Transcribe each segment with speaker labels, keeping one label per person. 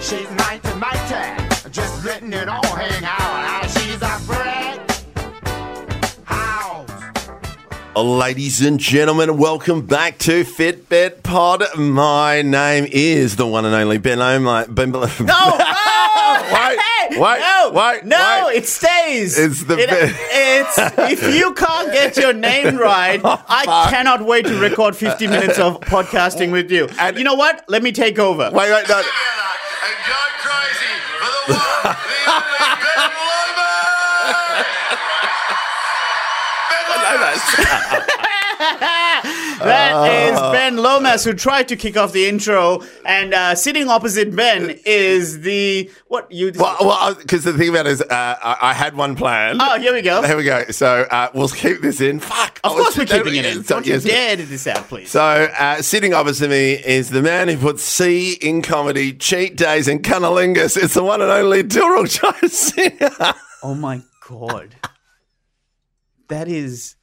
Speaker 1: She's mine to my tag. Just letting it all hang out. Ah, She's a brick house.
Speaker 2: Ladies and gentlemen, welcome back to Fitbit Pod. My name is the one and only Ben Omar. Ben, no, wait, wait,
Speaker 3: no,
Speaker 2: wait,
Speaker 3: no,
Speaker 2: wait.
Speaker 3: it stays.
Speaker 2: It's the
Speaker 3: It-
Speaker 2: best.
Speaker 3: it's if you can't get your name right, I cannot wait to record 50
Speaker 2: Uh,
Speaker 3: minutes of podcasting with you. And you know what? Let me take over.
Speaker 2: wait, wait, no.
Speaker 4: and go crazy for the one, the only Ben Lover! Ben Lomas!
Speaker 2: Uh,
Speaker 3: That is Ben Lomas who tried to kick off the intro, and uh, sitting opposite Ben is the what you.
Speaker 2: Well, well, because the thing about it is, uh, I, I had one plan.
Speaker 3: oh, here we go.
Speaker 2: Here we go. So uh, we'll keep this in. Fuck.
Speaker 3: Of
Speaker 2: I was-
Speaker 3: course, we're keeping it in.
Speaker 2: So,
Speaker 3: Don't you
Speaker 2: yes,
Speaker 3: dare edit this out, please.
Speaker 2: So, uh, sitting opposite me is the man who puts C in comedy, cheat days, and cunnilingus. It's the one and only Dilruk Josie.
Speaker 3: Oh my god. That is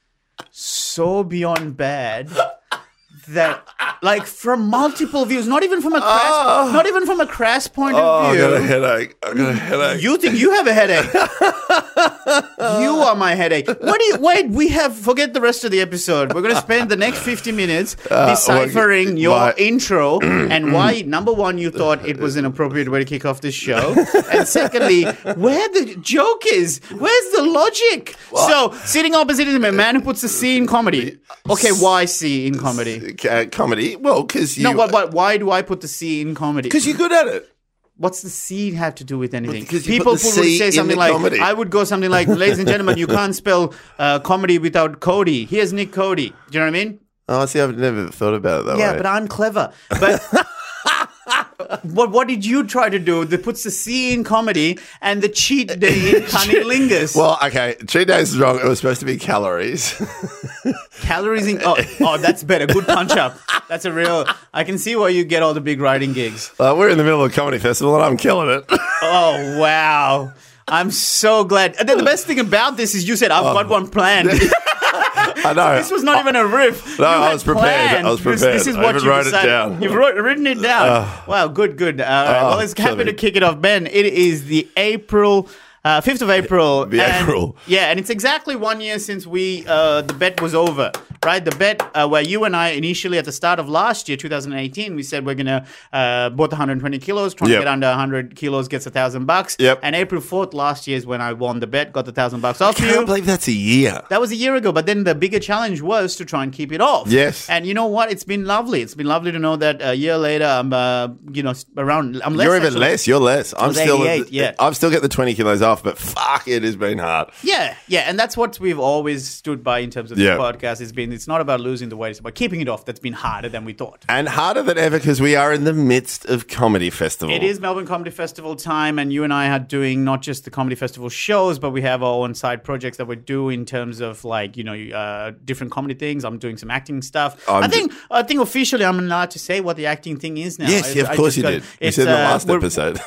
Speaker 3: so beyond bad that like from multiple views, not even from a crass not even from a crass point
Speaker 2: Oh,
Speaker 3: of
Speaker 2: I got a
Speaker 3: view.
Speaker 2: headache. I got a headache.
Speaker 3: You think you have a headache. you are my headache. What do you wait, we have forget the rest of the episode. We're gonna spend the next fifty minutes deciphering
Speaker 2: well,
Speaker 3: your
Speaker 2: Uh, my-
Speaker 3: intro and why number one you thought it was an appropriate way to kick off this show. and secondly, where the joke is. Where's the logic? So sitting opposite is a man who puts a C in comedy. Okay, why C in comedy?
Speaker 2: Uh, comedy. Well, because you.
Speaker 3: No, what, what, why do I put the C in comedy?
Speaker 2: Because you're good at it.
Speaker 3: What's the C have to do with anything?
Speaker 2: because you
Speaker 3: People
Speaker 2: put the
Speaker 3: would
Speaker 2: C
Speaker 3: say
Speaker 2: in
Speaker 3: something
Speaker 2: the
Speaker 3: like,
Speaker 2: comedy.
Speaker 3: I would go something like, ladies and gentlemen, you can't spell uh, comedy without Cody. Here's Nick Cody. Do you know what I mean?
Speaker 2: Oh, see, I've never thought about it that
Speaker 3: Yeah,
Speaker 2: way.
Speaker 3: but I'm clever. But what what did you try to do that puts the C in comedy and the cheat day in cunnilingus?
Speaker 2: well, okay, cheat days is wrong. It was supposed to be calories.
Speaker 3: Calories in. Oh, oh, that's better. Good punch up. That's a real. I can see why you get all the big writing gigs.
Speaker 2: Uh, we're in the middle of a comedy festival and I'm killing it.
Speaker 3: Oh wow! I'm so glad. And then the best thing about this is you said
Speaker 2: Oh.
Speaker 3: I've got one planned.
Speaker 2: I know.
Speaker 3: this was not even a riff.
Speaker 2: No,
Speaker 3: You
Speaker 2: I
Speaker 3: had
Speaker 2: was prepared.
Speaker 3: planned.
Speaker 2: I was
Speaker 3: This- This,
Speaker 2: prepared.
Speaker 3: is
Speaker 2: I
Speaker 3: what
Speaker 2: even
Speaker 3: you
Speaker 2: wrote it
Speaker 3: decided.
Speaker 2: down. Oh,
Speaker 3: You've wrote, written it down. wow, good, good. Uh, well, it's happy
Speaker 2: killing
Speaker 3: to
Speaker 2: it.
Speaker 3: kick it off, Ben. It is the April. Uh, 5th of April.
Speaker 2: The
Speaker 3: and-
Speaker 2: April.
Speaker 3: Yeah, and it's exactly one year since we uh, the bet was over, right? The bet uh, where you and I initially at the start of last year, 2018, we said we're going to uh, both 120 kilos, trying
Speaker 2: Yep.
Speaker 3: to get under 100 kilos gets a 1,000 bucks.
Speaker 2: Yep.
Speaker 3: And April 4th last year is when I won the bet, got the 1,000 bucks off
Speaker 2: I
Speaker 3: you.
Speaker 2: can't believe that's a year.
Speaker 3: That was a year ago, but then the bigger challenge was to try and keep it off.
Speaker 2: Yes.
Speaker 3: And you know what? It's been lovely. It's been lovely to know that a year later, I'm, uh, you know, s- around. I'm less.
Speaker 2: You're even
Speaker 3: actually.
Speaker 2: less. You're less. I'm
Speaker 3: was
Speaker 2: still. at
Speaker 3: 88, yeah.
Speaker 2: I've still got the 20 kilos off, but fuck, it has been hard.
Speaker 3: Yeah, yeah, and that's what we've always stood by in terms of
Speaker 2: Yeah.
Speaker 3: the podcast. It's been it's not about losing the weight; it's about keeping it off. That's been harder than we thought.
Speaker 2: And harder than ever because we are in the midst of comedy festival.
Speaker 3: It is Melbourne Comedy Festival time, and you and I are doing not just the comedy festival shows, but we have our own side projects that we do in terms of like you know uh, different comedy things. I'm doing some acting stuff. i
Speaker 2: I'm
Speaker 3: think I think officially I'm allowed to say what the acting thing is now.
Speaker 2: Yes,
Speaker 3: I-
Speaker 2: yeah, of
Speaker 3: I
Speaker 2: course
Speaker 3: just
Speaker 2: you
Speaker 3: got-
Speaker 2: did. You
Speaker 3: it's,
Speaker 2: said in the
Speaker 3: uh,
Speaker 2: last
Speaker 3: we're-
Speaker 2: episode.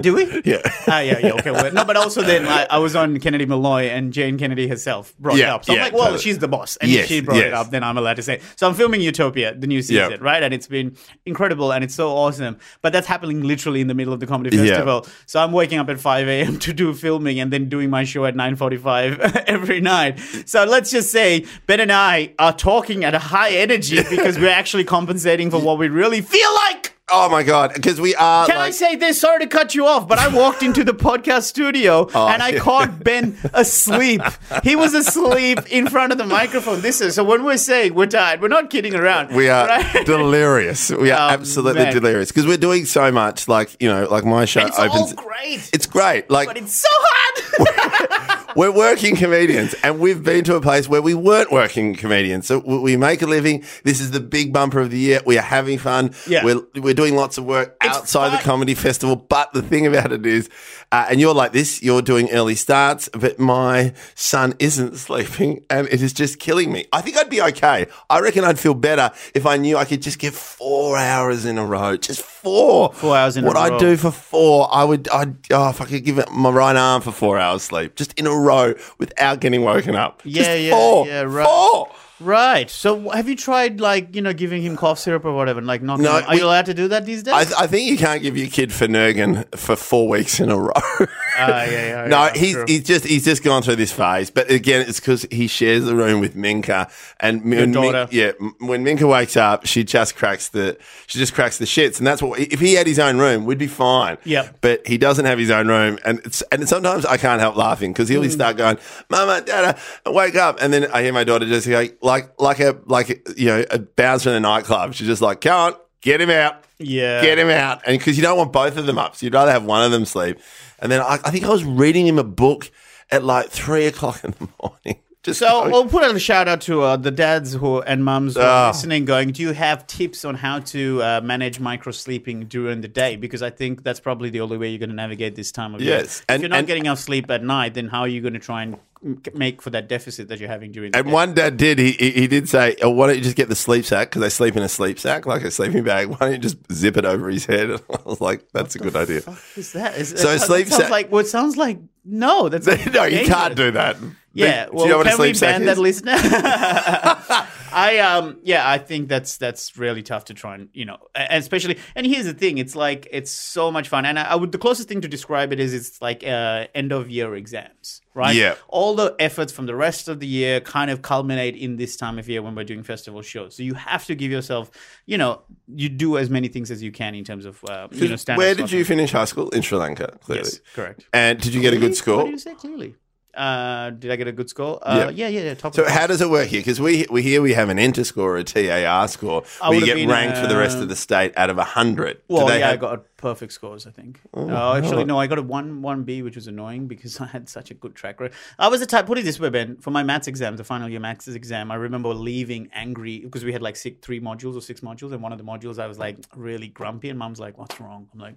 Speaker 3: Do we?
Speaker 2: Yeah.
Speaker 3: Ah, yeah, yeah. Okay. well, No, but also then I, I was on Kennedy Malloy, and Jane Kennedy herself brought it
Speaker 2: Yeah,
Speaker 3: up. So
Speaker 2: yeah,
Speaker 3: I'm like, well,
Speaker 2: totally.
Speaker 3: she's the boss, and
Speaker 2: Yes,
Speaker 3: if she brought it
Speaker 2: yes.
Speaker 3: up, then I'm allowed to say. it. So I'm filming Utopia, the new season,
Speaker 2: Yeah.
Speaker 3: right? And it's been incredible, and it's so awesome. But that's happening literally in the middle of the comedy
Speaker 2: Yeah.
Speaker 3: festival. So I'm waking up at 5 a.m. to do filming, and then doing my show at 9:45 every night. So let's just say Ben and I are talking at a high energy because we're actually compensating for what we really feel like.
Speaker 2: oh my god! Because we are.
Speaker 3: Can
Speaker 2: like,
Speaker 3: I say this? Sorry to cut you off, but I walked into the podcast studio and I
Speaker 2: Oh, yeah.
Speaker 3: caught Ben asleep. he was asleep in front of the microphone. This is so when we're saying we're tired, we're not kidding around.
Speaker 2: We are
Speaker 3: right?
Speaker 2: delirious. We are
Speaker 3: Oh,
Speaker 2: absolutely
Speaker 3: man.
Speaker 2: delirious because we're doing so much. Like you know, like my show
Speaker 3: And it's
Speaker 2: opens.
Speaker 3: all great,
Speaker 2: It's great. Like
Speaker 3: but it's so hard.
Speaker 2: we're working comedians, and we've been to a place where we weren't working comedians. So we we make a living. This is the big bumper of the year. We are having fun.
Speaker 3: Yeah.
Speaker 2: We're, we're doing lots of work
Speaker 3: It's
Speaker 2: outside the
Speaker 3: fun.
Speaker 2: comedy festival. But the thing about it is, uh, and you're like this, you're doing early starts, but my son isn't sleeping, and it is just killing me. I think I'd be okay. I reckon I'd feel better if I knew I could just get four hours in a row. Just four.
Speaker 3: Four hours in a
Speaker 2: what What
Speaker 3: row.
Speaker 2: I do for four, I would, I'd, oh, if I could give it my right arm for four hours sleep, just in a row without getting woken up.
Speaker 3: Yeah,
Speaker 2: just
Speaker 3: yeah,
Speaker 2: four,
Speaker 3: yeah, right.
Speaker 2: Four.
Speaker 3: Right. So have you tried like you know giving him cough syrup or whatever? and, Like not.
Speaker 2: No,
Speaker 3: are
Speaker 2: we-
Speaker 3: you allowed to do that these days?
Speaker 2: I, I think you can't give your kid Finergan for four weeks in a row.
Speaker 3: Ah, yeah, yeah,
Speaker 2: no,
Speaker 3: yeah,
Speaker 2: he's
Speaker 3: true.
Speaker 2: he's just he's just gone through this phase. But again, it's because he shares the room with Minka, and m- when Min-
Speaker 3: daughter.
Speaker 2: yeah, m- when Minka wakes up, she just cracks the she just cracks the shits, and that's what. If he had his own room, we'd be fine.
Speaker 3: Yep.
Speaker 2: But he doesn't have his own room, and it's and sometimes I can't help laughing because
Speaker 3: Mm.
Speaker 2: he'll just start going, "Mama, Dada, wake up!" And then I hear my daughter just go like like a like you know a bouncer in a nightclub. She's just like, "Come on, get him out."
Speaker 3: Yeah.
Speaker 2: Get him out. And because you don't want both of them up. So you'd rather have one of them sleep. And then I, I think I was reading him a book at like three o'clock in the morning. Just
Speaker 3: So
Speaker 2: going-
Speaker 3: we'll put out a shout out to uh, the dads who and mums who
Speaker 2: Ah.
Speaker 3: are listening. Going, do you have tips on how to uh, manage micro sleeping during the day? Because I think that's probably the only way you're going to navigate this time of year.
Speaker 2: Yes,
Speaker 3: If
Speaker 2: and-
Speaker 3: you're not
Speaker 2: and-
Speaker 3: getting enough sleep at night, then how are you going to try and m- make for that deficit that you're having during? The
Speaker 2: and
Speaker 3: day?
Speaker 2: one dad did. He, he he did say, oh, "Why don't you just get the sleep sack? Because they sleep in a sleep sack, like a sleeping bag. Why don't you just zip it over his head?" And I was like, "That's a good idea."
Speaker 3: What is that? Is,
Speaker 2: So
Speaker 3: that
Speaker 2: sleep
Speaker 3: sounds
Speaker 2: sa-
Speaker 3: like well, it sounds like no. That's
Speaker 2: no, you can't
Speaker 3: dangerous.
Speaker 2: do that.
Speaker 3: Yeah,
Speaker 2: Do
Speaker 3: well,
Speaker 2: you know what a
Speaker 3: can we
Speaker 2: sleep sack
Speaker 3: ban that
Speaker 2: is?
Speaker 3: listener? I um, yeah, I think that's that's really tough to try and you know, a- and especially. And here's the thing: it's like it's so much fun, and I, I would the closest thing to describe it is it's like uh, end of year exams, right?
Speaker 2: Yeah.
Speaker 3: All the efforts from the rest of the year kind of culminate in this time of year when we're doing festival shows. So you have to give yourself, you know, you do as many things as you can in terms of uh, you know. standard
Speaker 2: Where did
Speaker 3: slotting.
Speaker 2: you finish high school? In Sri Lanka, clearly.
Speaker 3: Yes, correct.
Speaker 2: And did you get a good
Speaker 3: What
Speaker 2: score?
Speaker 3: do you say clearly? Uh, did I get a good score? Uh,
Speaker 2: Yeah.
Speaker 3: yeah, yeah, yeah. Top
Speaker 2: So
Speaker 3: of the-
Speaker 2: how does it work here? Because we we here we have an inter score or a TAR score where you
Speaker 3: would've
Speaker 2: get
Speaker 3: been,
Speaker 2: ranked for the rest
Speaker 3: uh,
Speaker 2: of the state out of hundred.
Speaker 3: Well, yeah, I
Speaker 2: have,
Speaker 3: got a perfect scores, I think. Oh, actually, no, I got a one one B, which was annoying because I had such a good track record. I was the type. Put it this way, Ben, for my maths exam, the final year maths exam, I remember leaving angry because we had like six, three modules or six modules, and one of the modules I was like really grumpy, and Mum's like, "What's wrong?" I'm like.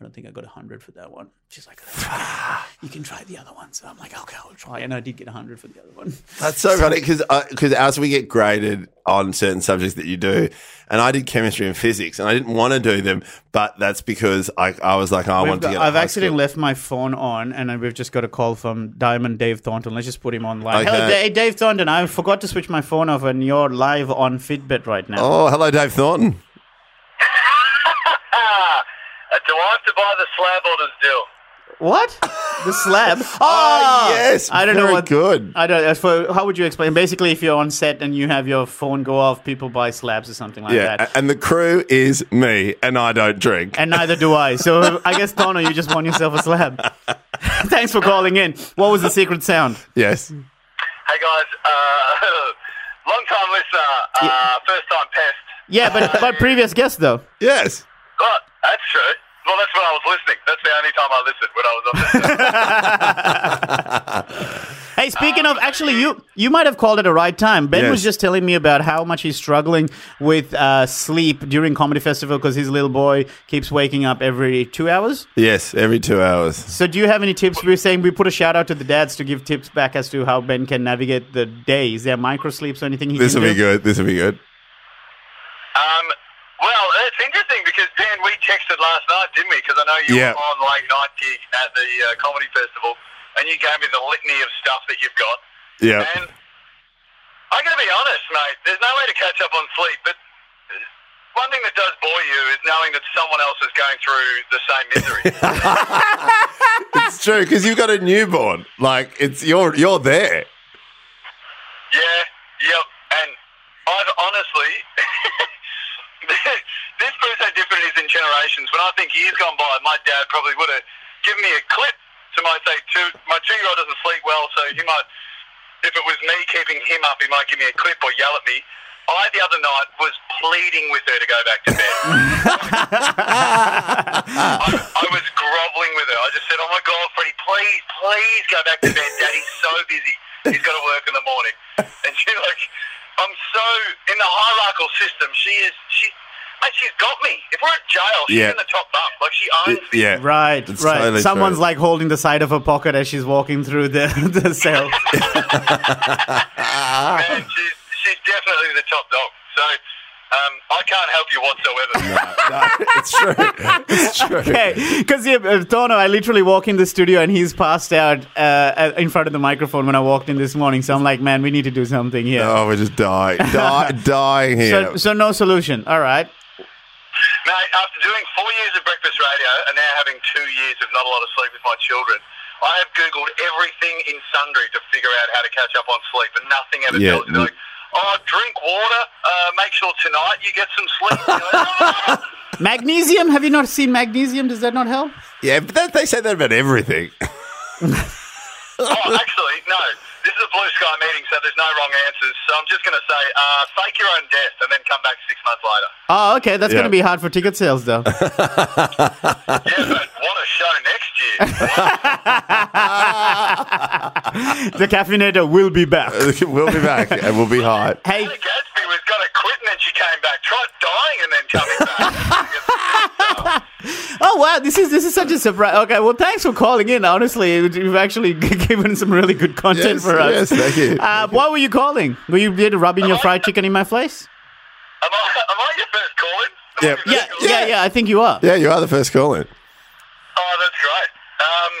Speaker 3: I don't think I got 100 for that one. She's like, you can try the other one. So I'm like, okay, I'll try. And I did get 100 for the other one.
Speaker 2: that's so funny because because as we get graded on certain subjects that you do, and I did chemistry and physics, and I didn't want to do them, but that's because I I was like oh, I
Speaker 3: We've
Speaker 2: want to
Speaker 3: got-
Speaker 2: get.
Speaker 3: I've
Speaker 2: actually
Speaker 3: accidentally left my phone on, and we've just got a call from Diamond Dave Thornton. Let's just put him on live. Hello,
Speaker 2: Okay.
Speaker 3: Da- Dave Thornton. I forgot to switch my phone off, and you're live on Fitbit right now.
Speaker 2: Oh, hello, Dave Thornton.
Speaker 4: Uh, do I have to buy the slab or does Dill?
Speaker 3: What? The slab? oh,
Speaker 2: Ah, yes,
Speaker 3: I don't
Speaker 2: very
Speaker 3: know what.
Speaker 2: good.
Speaker 3: I don't. For, how would you explain? Basically, if you're on set and you have your phone go off, people buy slabs or something like
Speaker 2: Yeah,
Speaker 3: that.
Speaker 2: a- and the crew is me, and I don't drink.
Speaker 3: and neither do I. So I guess Tono, you just won yourself a slab. Thanks for calling in. What was the secret sound?
Speaker 2: yes,
Speaker 3: Mm.
Speaker 4: Hey guys, uh, long time listener, uh, first time pest.
Speaker 3: Yeah, but but previous guest though.
Speaker 2: yes.
Speaker 4: Oh, that's true. Well, that's when I was listening. That's the only time I listened when I was on there.
Speaker 3: Hey, speaking of, actually, you you might have called it a right time. Ben
Speaker 2: Yes.
Speaker 3: was just telling me about how much he's struggling with uh, sleep during comedy festival because his little boy keeps waking up every two hours.
Speaker 2: Yes, every two hours.
Speaker 3: So, do you have any tips? We were saying we put a shout out to the dads to give tips back as to how Ben can navigate the day. Is there micro sleeps or anything? He
Speaker 2: This
Speaker 3: can
Speaker 2: will be
Speaker 3: do?
Speaker 2: good. This will be good.
Speaker 4: um, well, it's interesting because, Dan, we texted last night, didn't we? Because I know you
Speaker 2: Yeah.
Speaker 4: were on late night gig at the uh, comedy festival and you gave me the litany of stuff that you've got.
Speaker 2: Yeah.
Speaker 4: And I'm going to be honest, mate. There's no way to catch up on sleep, but one thing that does bore you is knowing that someone else is going through the same misery.
Speaker 2: It's true because you've got a newborn. Like it's you're you're there.
Speaker 4: yeah, yep. And I've honestly, this proves how different it is in generations. When I think years gone by, my dad probably would have given me a clip to my say two. My two-year-old doesn't sleep well, so he might. If it was me keeping him up, he might give me a clip or yell at me. I the other night was pleading with her to go back to bed. I, I was groveling with her. I just said, "Oh my God, Freddie, please, please go back to bed. Daddy's so busy. He's got to work in the morning." And she like, "I'm so in the hierarchical system. She is. She, mate, she's got me. If we're at jail, she's
Speaker 2: Yeah.
Speaker 4: in the top bunk. Like she owns me."
Speaker 2: Yeah.
Speaker 3: Right,
Speaker 2: It's
Speaker 3: right.
Speaker 2: totally
Speaker 3: Someone's
Speaker 2: true.
Speaker 3: like holding the side of her pocket as she's walking through the the cell.
Speaker 4: Man, she's she's definitely the top dog. So um, I can't help you whatsoever.
Speaker 2: No, it's true. It's That's true.
Speaker 3: Okay, because yeah, uh, Tono, I literally walk in the studio and he's passed out uh, uh, in front of the microphone when I walked in this morning. So I'm like, man, we need to do something here.
Speaker 2: Oh, we're just dying, die, dying here.
Speaker 3: So, so no solution. All right.
Speaker 4: Mate, after doing four years of breakfast radio and now having two years of not a lot of sleep with my children, I have Googled everything in sundry to figure out how to catch up on sleep, and nothing ever
Speaker 2: Yeah,
Speaker 4: tells you.
Speaker 2: n-
Speaker 4: They're Like, oh, drink water, uh, make sure tonight you get some sleep. You're like, "Oh."
Speaker 3: Magnesium. Have you not seen magnesium? Does that not help?
Speaker 2: yeah, but that, they say that about everything.
Speaker 4: oh, actually, no. This is a blue sky meeting, so there's no wrong answers. So I'm just going to say, uh, fake your own death and then come back six months later.
Speaker 3: Oh, okay. That's
Speaker 2: Yeah.
Speaker 3: going to be hard for ticket sales, though.
Speaker 4: Yeah, but what a show next year.
Speaker 3: the caffeinator will be back.
Speaker 2: we'll be back and we'll be hot.
Speaker 3: Hey,
Speaker 4: Hannah Gadsby was going to quit and then she came back. Tried dying and then coming back.
Speaker 3: oh wow, this is this is such a surprise. Okay, well, thanks for calling in. Honestly, you've actually given some really good content
Speaker 2: Yes,
Speaker 3: for us.
Speaker 2: yes, thank you.
Speaker 3: Uh, why were you calling? Were you did rubbing your fried chicken in my face?
Speaker 4: am, I, am I your first calling?
Speaker 2: Yeah.
Speaker 3: Yeah,
Speaker 2: Yeah.
Speaker 3: yeah, yeah. I think you are.
Speaker 2: Yeah, you are the first caller.
Speaker 4: Oh, that's great. Um,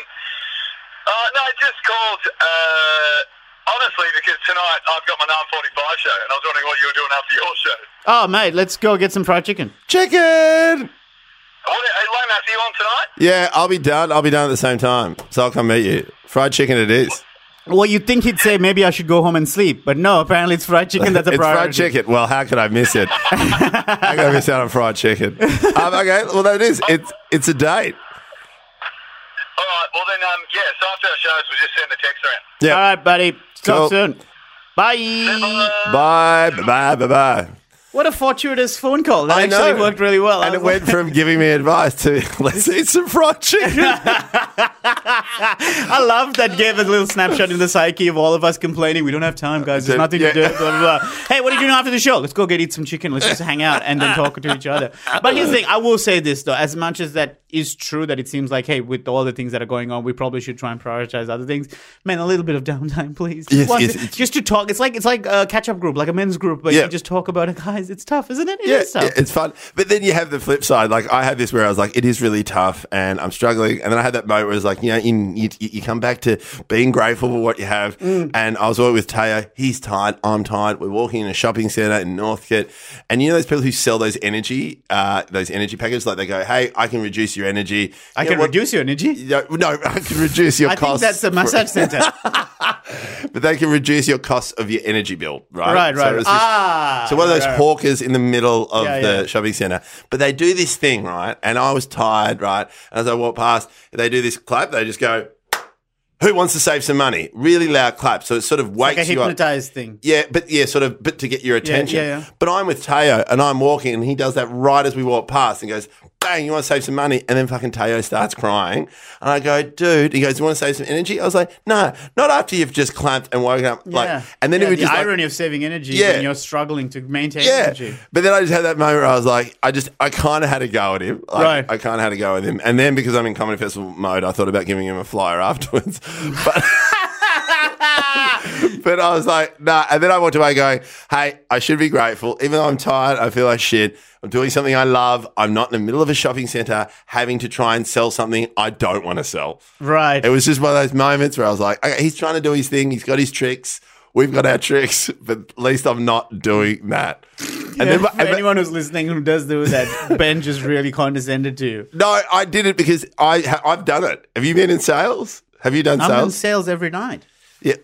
Speaker 4: uh, no, I just called, uh, honestly, because tonight I've got my 945 show and I was wondering what you were doing after your show.
Speaker 3: Oh, mate, let's go get some fried chicken.
Speaker 2: Chicken.
Speaker 4: What, hey, Lomas, are you on tonight?
Speaker 2: Yeah, I'll be done. I'll be done at the same time, so I'll come meet you. Fried chicken, it is.
Speaker 3: Well, you'd think he'd say maybe I should go home and sleep, but no. Apparently, it's fried chicken. That's a
Speaker 2: it's
Speaker 3: priority.
Speaker 2: fried chicken. Well, how could I miss it? I gotta miss out on fried chicken. Um, okay, well that is it's it's a date.
Speaker 4: All right, well then, um, yeah, so after our shows, we'll just send the text around.
Speaker 2: Yeah.
Speaker 3: All right, buddy. Talk
Speaker 2: Cool.
Speaker 3: soon. Bye.
Speaker 2: Bye, bye, bye, bye.
Speaker 3: What a fortuitous phone call. That
Speaker 2: I
Speaker 3: actually
Speaker 2: know.
Speaker 3: worked really well.
Speaker 2: And
Speaker 3: I
Speaker 2: it
Speaker 3: was-
Speaker 2: went from giving me advice to let's eat some fried chicken.
Speaker 3: I love that gave a little snapshot in the psyche of all of us complaining. We don't have time, guys. There's
Speaker 2: Yeah.
Speaker 3: nothing to do. Blah, blah, blah. Hey, what are you doing after the show? Let's go get eat some chicken. Let's just hang out and then talk to each other. But here's the thing. I will say this though, as much as that is true, that it seems like, hey, with all the things that are going on, we probably should try and prioritize other things. Man, a little bit of downtime, please.
Speaker 2: Yes,
Speaker 3: Once-
Speaker 2: yes, it's-
Speaker 3: just to talk. It's like it's like a catch-up group, like a men's group, but
Speaker 2: Yeah.
Speaker 3: you just talk about it, guys. It's tough, isn't it? It is
Speaker 2: yeah,
Speaker 3: tough.
Speaker 2: yeah, it's fun. But then you have the flip side. Like I had this where I was like, it is really tough, and I'm struggling. And then I had that moment where it's like, you know, in, you you come back to being grateful for what you have.
Speaker 3: Mm.
Speaker 2: And I was always with Teo. He's tired. I'm tired. We're walking in a shopping center in Northcote, and you know those people who sell those energy, uh, those energy packages. Like they go, hey, I can reduce your energy.
Speaker 3: I
Speaker 2: You
Speaker 3: can
Speaker 2: know what-
Speaker 3: reduce your energy.
Speaker 2: No, no, I can reduce your
Speaker 3: I think
Speaker 2: costs.
Speaker 3: that's a
Speaker 2: for-
Speaker 3: massage center.
Speaker 2: but they can reduce your costs of your energy bill, right?
Speaker 3: Right, right.
Speaker 2: So, it's this-
Speaker 3: Ah,
Speaker 2: so one of those
Speaker 3: right.
Speaker 2: hawkers in the middle of
Speaker 3: Yeah,
Speaker 2: the
Speaker 3: yeah.
Speaker 2: shopping center. But they do this thing, right? And I was tired, right? As I walked past, they do this clap. They just go, "Who wants to save some money?" Really loud clap. So it sort of wakes
Speaker 3: like a
Speaker 2: you up.
Speaker 3: hypnotized thing.
Speaker 2: Yeah, but yeah, sort of, but to get your attention.
Speaker 3: Mm. yeah, yeah.
Speaker 2: But I'm with Teo and I'm walking, and he does that right as we walk past and goes, bang, you want to save some money? And then fucking Teo starts crying. And I go, dude, he goes, you want to save some energy? I was like, no, not after you've just clamped and woken up. Like, and then
Speaker 3: yeah,
Speaker 2: he would
Speaker 3: the
Speaker 2: just. like-
Speaker 3: irony of saving energy
Speaker 2: Yeah.
Speaker 3: when you're struggling to maintain
Speaker 2: yeah,
Speaker 3: energy.
Speaker 2: but then I just had that moment where I was like, I just, I kind of had a go at him. Like,
Speaker 3: Right.
Speaker 2: I kind of had a go at him, and then because I'm in comedy festival mode, I thought about giving him a flyer afterwards. But But I was like, nah. And then I walked away going, hey, I should be grateful. Even though I'm tired, I feel like shit. I'm doing something I love. I'm not in the middle of a shopping center having to try and sell something I don't want to sell.
Speaker 3: Right.
Speaker 2: It was just one of those moments where I was like, okay, he's trying to do his thing. He's got his tricks. We've got our tricks, but at least I'm not doing that. And
Speaker 3: Yeah,
Speaker 2: then,
Speaker 3: for
Speaker 2: and then-
Speaker 3: anyone who's listening who does do that, Ben just really condescended to you.
Speaker 2: no, I did it because I ha- I've done it. Have you been in sales? Have you done
Speaker 3: I'm in
Speaker 2: sales?
Speaker 3: sales every night.
Speaker 2: Yeah.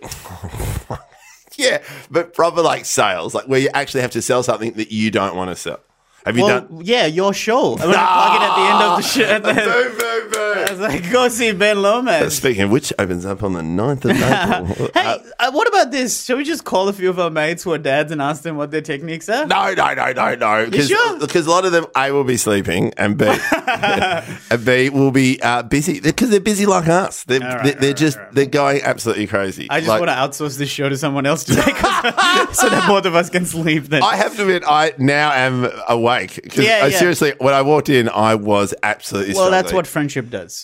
Speaker 2: yeah, but proper like sales, like where you actually have to sell something that you don't want to sell. Have you
Speaker 3: Well,
Speaker 2: done?
Speaker 3: yeah, your show. I'm going to plug it at the end of the show. at the-
Speaker 2: Boo, boo, boo.
Speaker 3: I was like, go see Ben Lomas.
Speaker 2: Speaking of which, opens up on the 9th of April.
Speaker 3: Hey,
Speaker 2: Uh,
Speaker 3: uh, what about this? Shall we just call a few of our mates who are dads and ask them what their techniques are?
Speaker 2: no, no, no, no, no. Because
Speaker 3: sure?
Speaker 2: because a lot of them, A, will be sleeping, and B, and B will be uh, busy because they're busy like us. They're,
Speaker 3: All right,
Speaker 2: they're,
Speaker 3: all
Speaker 2: they're
Speaker 3: right,
Speaker 2: just
Speaker 3: all right.
Speaker 2: they're going absolutely crazy.
Speaker 3: I just
Speaker 2: Like,
Speaker 3: want to outsource this show to someone else today 'cause- so that both of us can sleep then.
Speaker 2: I have to admit, I now am awake. 'Cause
Speaker 3: Yeah,
Speaker 2: I-
Speaker 3: yeah.
Speaker 2: Seriously, when I walked in, I was absolutely.
Speaker 3: well, that's
Speaker 2: struggling.
Speaker 3: what friendship does.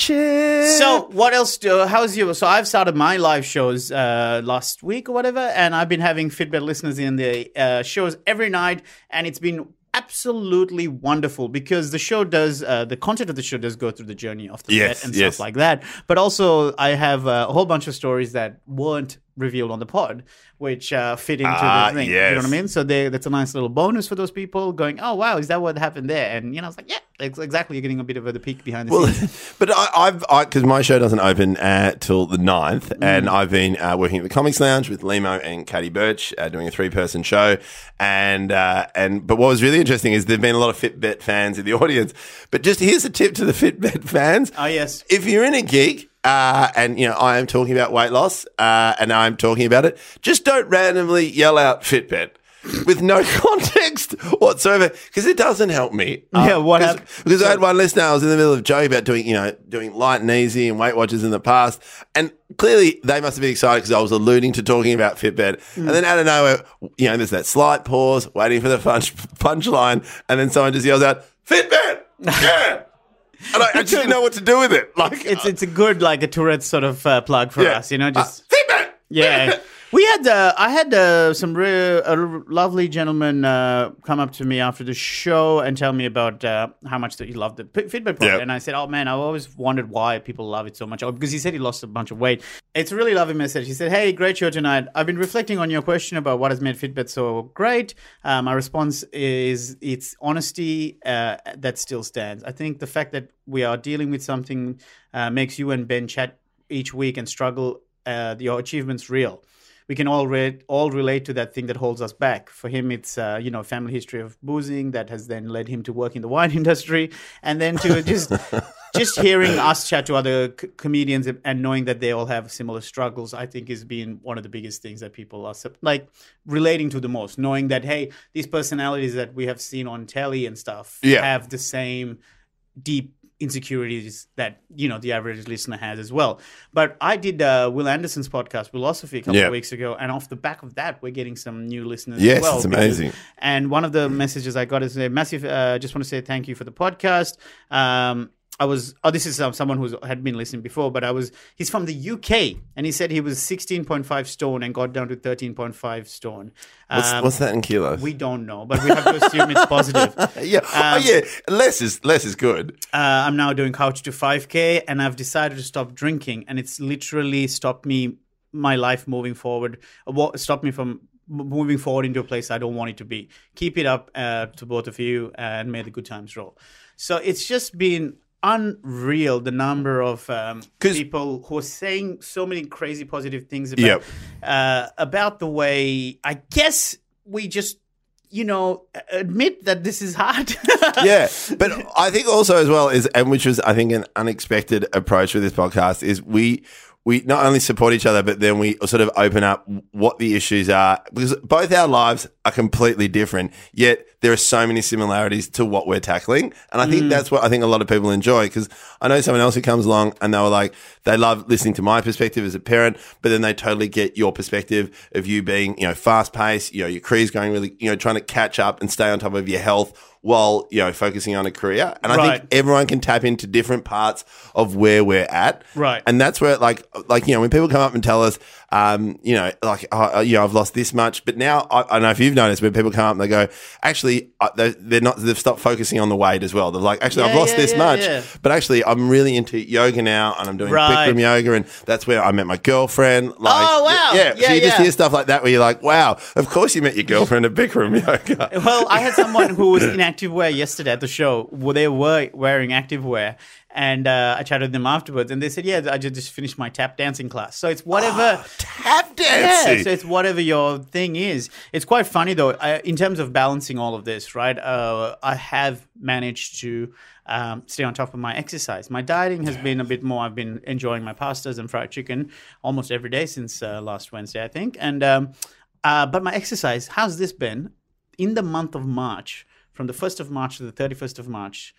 Speaker 2: friendship.
Speaker 3: So what else? Do, how's your? So I've started my live shows uh, last week or whatever, and I've been having Fitbit listeners in the uh, shows every night, and it's been absolutely wonderful because the show does uh, the content of the show does go through the journey of the
Speaker 2: Yes,
Speaker 3: vet and
Speaker 2: yes.
Speaker 3: stuff like that. But also, I have uh, a whole bunch of stories that weren't revealed on the pod, which uh, fit into
Speaker 2: Ah,
Speaker 3: the thing. You know
Speaker 2: yes.
Speaker 3: what I mean? So they, that's a nice little bonus for those people going, "Oh wow, is that what happened there?" And you know, I was like, "Yeah, ex- exactly." You're getting a bit of a, the peek behind the
Speaker 2: Well,
Speaker 3: scenes.
Speaker 2: but I, I've I because my show doesn't open uh, till the 9th,
Speaker 3: Mm.
Speaker 2: and I've been uh, working at the Comics Lounge with Limo and Katie Birch, uh, doing a three-person show, and uh, and but what was really interesting is there've been a lot of Fitbit fans in the audience. But just here's a tip to the Fitbit fans:
Speaker 3: Oh yes.
Speaker 2: if you're in a gig. Uh, and you know I am talking about weight loss, uh, and I'm talking about it. Just don't randomly yell out Fitbit with no context whatsoever, because it doesn't help me.
Speaker 3: Yeah, what
Speaker 2: because-
Speaker 3: happened?
Speaker 2: Because I had one listener, I was in the middle of joking about doing, you know, doing light and easy and Weight Watchers in the past, and clearly they must have been excited because I was alluding to talking about Fitbit, and then out of nowhere, you know, there's that slight pause, waiting for the punch punchline, and then someone just yells out Fitbit, yeah. And I, I just didn't know what to do with it. Like
Speaker 3: It's it's a good like a Tourette sort of uh, plug for us, you know, just
Speaker 2: feedback.
Speaker 3: Yeah. We had uh, I had uh, some re- a r- lovely gentleman uh, come up to me after the show and tell me about uh, how much that he loved the p- feedback product,
Speaker 2: Yep.
Speaker 3: and I said, "Oh man, I always wondered why people love it so much." Oh, because he said he lost a bunch of weight. It's a really lovely message. He said, "Hey, great show tonight. I've been reflecting on your question about what has made Fitbit so great. Uh, my response is its honesty uh, that still stands. I think the fact that we are dealing with something uh, makes you and Ben chat each week and struggle uh, your achievements real. We can all re- all relate to that thing that holds us back. For him, it's uh, you know family history of boozing that has then led him to work in the wine industry, and then to just just hearing us chat to other c- comedians and- and knowing that they all have similar struggles, I think has been one of the biggest things that people are sup- like relating to the most. Knowing that hey, these personalities that we have seen on telly and stuff
Speaker 2: Yeah.
Speaker 3: have the same deep insecurities that you know the average listener has as well. But I did uh, Will Anderson's podcast Philosophy a couple
Speaker 2: Yeah.
Speaker 3: of weeks ago, and off the back of that, we're getting some new listeners.
Speaker 2: Yes,
Speaker 3: as well
Speaker 2: it's
Speaker 3: because-
Speaker 2: amazing.
Speaker 3: and one of the messages I got is a massive. Uh, just want to say thank you for the podcast. Um, I was oh, this is um, someone who had been listening before, but I was he's from the UK, and he said he was sixteen point five stone and got down to thirteen point five stone.
Speaker 2: What's,
Speaker 3: Um,
Speaker 2: what's that in kilos?
Speaker 3: we don't know, but we have to assume it's positive.
Speaker 2: yeah. oh
Speaker 3: um,
Speaker 2: yeah. Less is less is good.
Speaker 3: uh, I'm now doing couch to 5k and I've decided to stop drinking and it's literally stopped me my life moving forward what stopped me from m- moving forward into a place I don't want it to be keep it up uh, to both of you and may the good times roll so it's just been unreal the number of um,
Speaker 2: 'Cause-
Speaker 3: people who are saying so many crazy positive things about
Speaker 2: Yep.
Speaker 3: uh, about the way I guess we just you know a- admit that this is hard
Speaker 2: Yeah, but I think also as well is, and which was I think an unexpected approach with this podcast is we we not only support each other, but then we sort of open up what the issues are because both our lives are completely different, yet there are so many similarities to what we're tackling, and I think that's what I think a lot of people enjoy because I know someone else who comes along and they were like they love listening to my perspective as a parent, but then they totally get your perspective of you being you know fast paced, you know your career's going really, you know trying to catch up and stay on top of your health while you know focusing on a career. And I
Speaker 3: Right.
Speaker 2: think everyone can tap into different parts of where we're at.
Speaker 3: Right.
Speaker 2: And that's where like like you know when people come up and tell us, um, you know like oh, you know I've lost this much, but now I, I don't know if you've noticed when people come up and they go actually I- they- they're not they've stopped focusing on the weight as well. They're like actually I've
Speaker 3: Yeah,
Speaker 2: lost
Speaker 3: yeah,
Speaker 2: this
Speaker 3: yeah,
Speaker 2: much,
Speaker 3: yeah.
Speaker 2: but actually I'm really into yoga now and I'm doing
Speaker 3: Right.
Speaker 2: Bikram yoga and that's where I met my girlfriend. Like,
Speaker 3: Oh, wow.
Speaker 2: yeah.
Speaker 3: Yeah,
Speaker 2: so you just
Speaker 3: yeah.
Speaker 2: hear stuff like that where you're like, wow, of course you met your girlfriend at Bikram yoga.
Speaker 3: Well, I had someone who was in active wear yesterday at the show. Well, they were wearing active wear, and uh, I chatted with them afterwards, and they said, "Yeah, I ju- just finished my tap dancing class." So it's whatever.
Speaker 2: Ah, Tap dancing.
Speaker 3: Yeah, so it's whatever your thing is. It's quite funny though, I, in terms of balancing all of this, right? Uh, I have managed to um, stay on top of my exercise. My dieting has been a bit more. I've been enjoying my pastas and fried chicken almost every day since uh, last Wednesday, I think. And um, uh, but my exercise, how's this been? In the month of March, from the first of March to the thirty-first of March,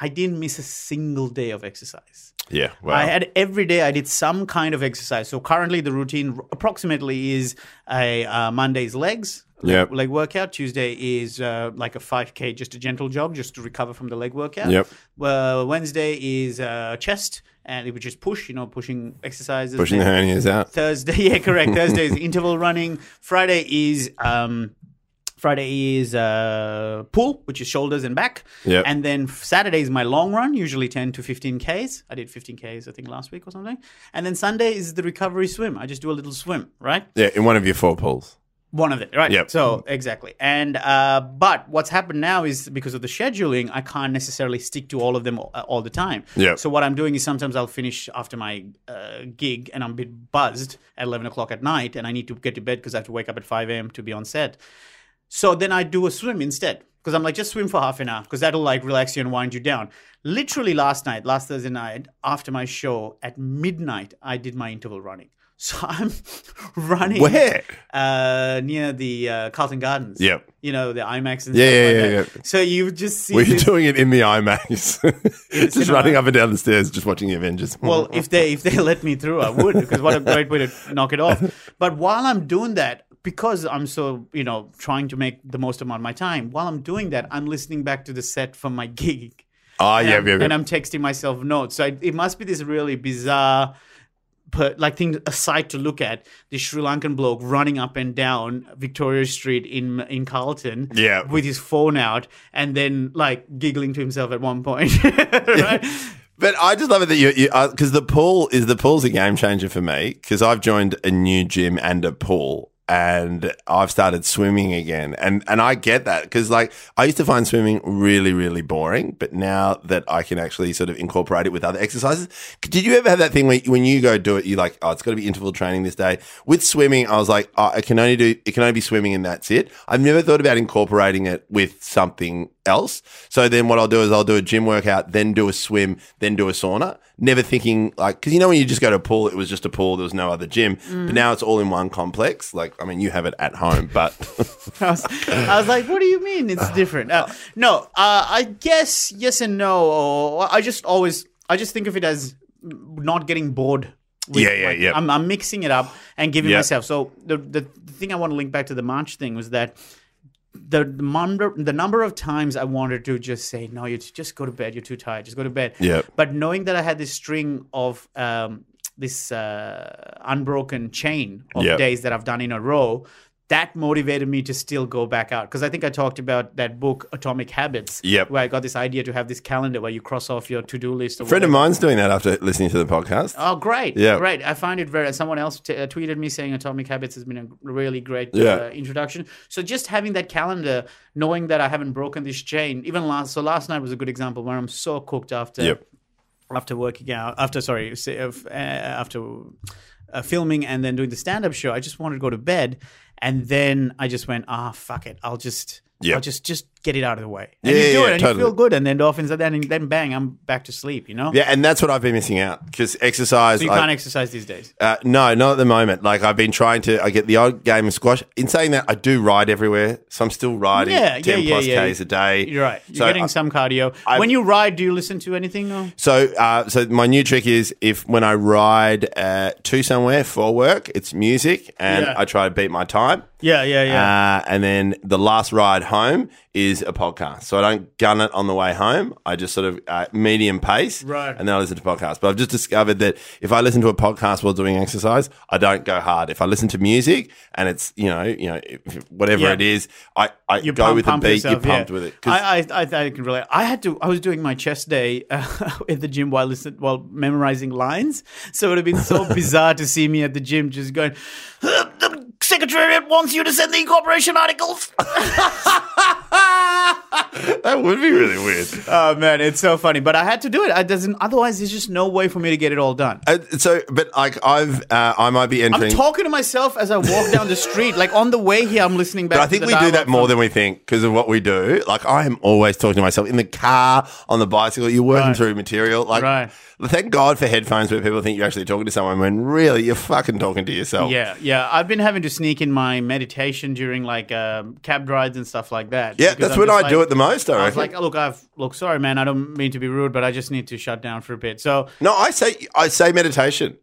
Speaker 3: I didn't miss a single day of exercise.
Speaker 2: yeah. Wow.
Speaker 3: I had every day I did some kind of exercise. So currently the routine r- approximately is a uh, Monday's legs.
Speaker 2: Yep.
Speaker 3: Leg, leg workout. Tuesday is uh, like a 5K, just a gentle jog, just to recover from the leg workout.
Speaker 2: Yep.
Speaker 3: Well, Wednesday is uh, chest, and it would just push, you know, pushing exercises.
Speaker 2: Pushing the
Speaker 3: Then-
Speaker 2: hernias out.
Speaker 3: Thursday, yeah, correct. Thursday is interval running. Friday is um, Friday is uh, pull, which is shoulders and back.
Speaker 2: Yep.
Speaker 3: And then f- Saturday is my long run, usually 10 to 15 Ks. I did 15 Ks, I think, last week or something. And then Sunday is the recovery swim. I just do a little swim, right?
Speaker 2: Yeah, in one of your four pools.
Speaker 3: One of it, right?
Speaker 2: Yep.
Speaker 3: So exactly, and uh, but what's happened now is because of the scheduling, I can't necessarily stick to all of them all, all the time.
Speaker 2: Yep.
Speaker 3: So what I'm doing is sometimes I'll finish after my uh, gig and I'm a bit buzzed at eleven o'clock at night, and I need to get to bed because I have to wake up at five a.m. to be on set. So then I do a swim instead because I'm like, just swim for half an hour because that'll like relax you and wind you down. Literally last night, last Thursday night, after my show at midnight, I did my interval running. So I'm running
Speaker 2: Where?
Speaker 3: uh, near the uh, Carlton Gardens.
Speaker 2: Yep.
Speaker 3: You know the IMAX and
Speaker 2: Yeah,
Speaker 3: stuff
Speaker 2: yeah,
Speaker 3: like
Speaker 2: yeah,
Speaker 3: that. So you just see.
Speaker 2: Were you
Speaker 3: this-
Speaker 2: doing it in the IMAX? just
Speaker 3: cinema.
Speaker 2: running up and down the stairs, just watching the Avengers.
Speaker 3: well, if they if they let me through, I would because what a great way to knock it off. But while I'm doing that, because I'm so you know trying to make the most amount of my time, while I'm doing that, I'm listening back to the set from my gig.
Speaker 2: oh,
Speaker 3: and
Speaker 2: yeah,
Speaker 3: I'm,
Speaker 2: yeah, yeah.
Speaker 3: And I'm texting myself notes. So it, it must be this really bizarre, per, like thing, a sight to look at. This Sri Lankan bloke running up and down Victoria Street in in Carlton,
Speaker 2: Yeah.
Speaker 3: with his phone out, and then like giggling to himself at one point, right?
Speaker 2: But I just love it that you, you because the pool is the pool's a game changer for me because I've joined a new gym and a pool and I've started swimming again and and I get that because like I used to find swimming really really boring but now that I can actually sort of incorporate it with other exercises did you ever have that thing where when you go do it you're like oh it's got to be interval training this day with swimming I was like oh, I can only do it can only be swimming and that's it I've never thought about incorporating it with something else. So then what I'll do is I'll do a gym workout, then do a swim, then do a sauna. Never thinking like because you know when you just go to a pool, it was just a pool. There was no other gym.
Speaker 3: Mm.
Speaker 2: But now it's all in one complex. Like I mean, you have it at home, but
Speaker 3: I was, I was like, "What do you mean
Speaker 2: Uh-huh.
Speaker 3: it's different?" Uh, no, uh, I guess yes and no. I just always, I just think of it as not getting bored. with-
Speaker 2: Yeah, yeah,
Speaker 3: like,
Speaker 2: yeah.
Speaker 3: I'm, I'm mixing it up and giving
Speaker 2: Yeah.
Speaker 3: myself. So the, the the thing I want to link back to the March thing was that the the number the number of times I wanted to just say no, you t- just go to bed. You're too tired. Just go to bed.
Speaker 2: Yeah.
Speaker 3: But knowing that I had this string of um, this uh, unbroken chain of
Speaker 2: Yeah.
Speaker 3: days that I've done in a row. That motivated me to still go back out because I think I talked about that book Atomic Habits,
Speaker 2: Yep.
Speaker 3: where I got this idea to have this calendar where you cross off your to-do list. Or
Speaker 2: a friend of
Speaker 3: whatever.
Speaker 2: mine's doing that after listening to the podcast.
Speaker 3: Oh, great.
Speaker 2: Yeah.
Speaker 3: Great. I find it very. Someone else t- uh, tweeted me saying Atomic Habits has been a really great
Speaker 2: Yeah.
Speaker 3: uh, introduction. So just having that calendar, knowing that I haven't broken this chain, even last. So last night was a good example where I'm so cooked after
Speaker 2: Yep.
Speaker 3: after working out, after sorry, say, uh, f- uh, after uh, filming and then doing the stand-up show, I just wanted to go to bed, and then I just went, ah, fuck it, I'll just,
Speaker 2: Yeah.
Speaker 3: I'll just just get it out of the way, and
Speaker 2: Yeah,
Speaker 3: you
Speaker 2: yeah,
Speaker 3: do
Speaker 2: yeah,
Speaker 3: it, and
Speaker 2: totally.
Speaker 3: you feel good, and then dolphins, and then and then bang, I'm back to sleep, you know.
Speaker 2: Yeah, and that's what I've been missing out because exercise.
Speaker 3: So you
Speaker 2: I-
Speaker 3: can't exercise these days.
Speaker 2: Uh, no, not at the moment. Like I've been trying to, I get the odd game of squash. In saying that, I do ride everywhere, so I'm still riding
Speaker 3: Yeah, yeah,
Speaker 2: ten
Speaker 3: yeah,
Speaker 2: plus
Speaker 3: yeah.
Speaker 2: k's a day.
Speaker 3: You're right. You're
Speaker 2: So
Speaker 3: getting
Speaker 2: I-
Speaker 3: some cardio.
Speaker 2: I-
Speaker 3: when you ride, do you listen to anything? Or?
Speaker 2: So, uh, so my new trick is if when I ride uh, to somewhere for work, it's music, and
Speaker 3: Yeah.
Speaker 2: I try to beat my time.
Speaker 3: Yeah, yeah, yeah.
Speaker 2: Uh, and then the last ride home is a podcast. So I don't gun it on the way home. I just sort of uh, medium pace,
Speaker 3: Right.
Speaker 2: And then I listen to podcasts. But I've just discovered that if I listen to a podcast while doing exercise, I don't go hard. If I listen to music and it's you know you know if- whatever
Speaker 3: Yeah.
Speaker 2: it is, I, I
Speaker 3: you
Speaker 2: go
Speaker 3: pump,
Speaker 2: with the
Speaker 3: pump
Speaker 2: beat.
Speaker 3: yourself,
Speaker 2: you're pumped
Speaker 3: yeah.
Speaker 2: with it. 'Cause-
Speaker 3: I, I, I, I can relate. I had to. I was doing my chest day uh, at the gym while listen, while memorizing lines. So it would have been so bizarre to see me at the gym just going. "Uh, The secretariat wants you to send the incorporation articles.
Speaker 2: that would be really weird.
Speaker 3: oh man, it's so funny. But I had to do it. I doesn't. Otherwise, there's just no way for me to get it all done.
Speaker 2: Uh, so, but like I've, uh, I might be
Speaker 3: I'm
Speaker 2: entering.
Speaker 3: talking to myself as I walk down the street. Like on the way here, I'm listening back.
Speaker 2: but I
Speaker 3: to
Speaker 2: think
Speaker 3: the
Speaker 2: we do
Speaker 3: dialogue
Speaker 2: that more
Speaker 3: from-
Speaker 2: than we think because of what we do. Like I am always talking to myself in the car, on the bicycle. You're working
Speaker 3: Right.
Speaker 2: through material. Like,
Speaker 3: Right.
Speaker 2: thank God for headphones where people think you're actually talking to someone when really you're fucking talking to yourself.
Speaker 3: Yeah, yeah. I've been having to sneak in my meditation during like um, cab rides and stuff like that.
Speaker 2: yeah.
Speaker 3: because
Speaker 2: That's
Speaker 3: I'm
Speaker 2: when
Speaker 3: just
Speaker 2: I do
Speaker 3: like-
Speaker 2: it the most. I,
Speaker 3: I was
Speaker 2: reckon.
Speaker 3: like, look, I've look, sorry, man, I don't mean to be rude, but I just need to shut down for a bit. So
Speaker 2: no, I say, I say meditation.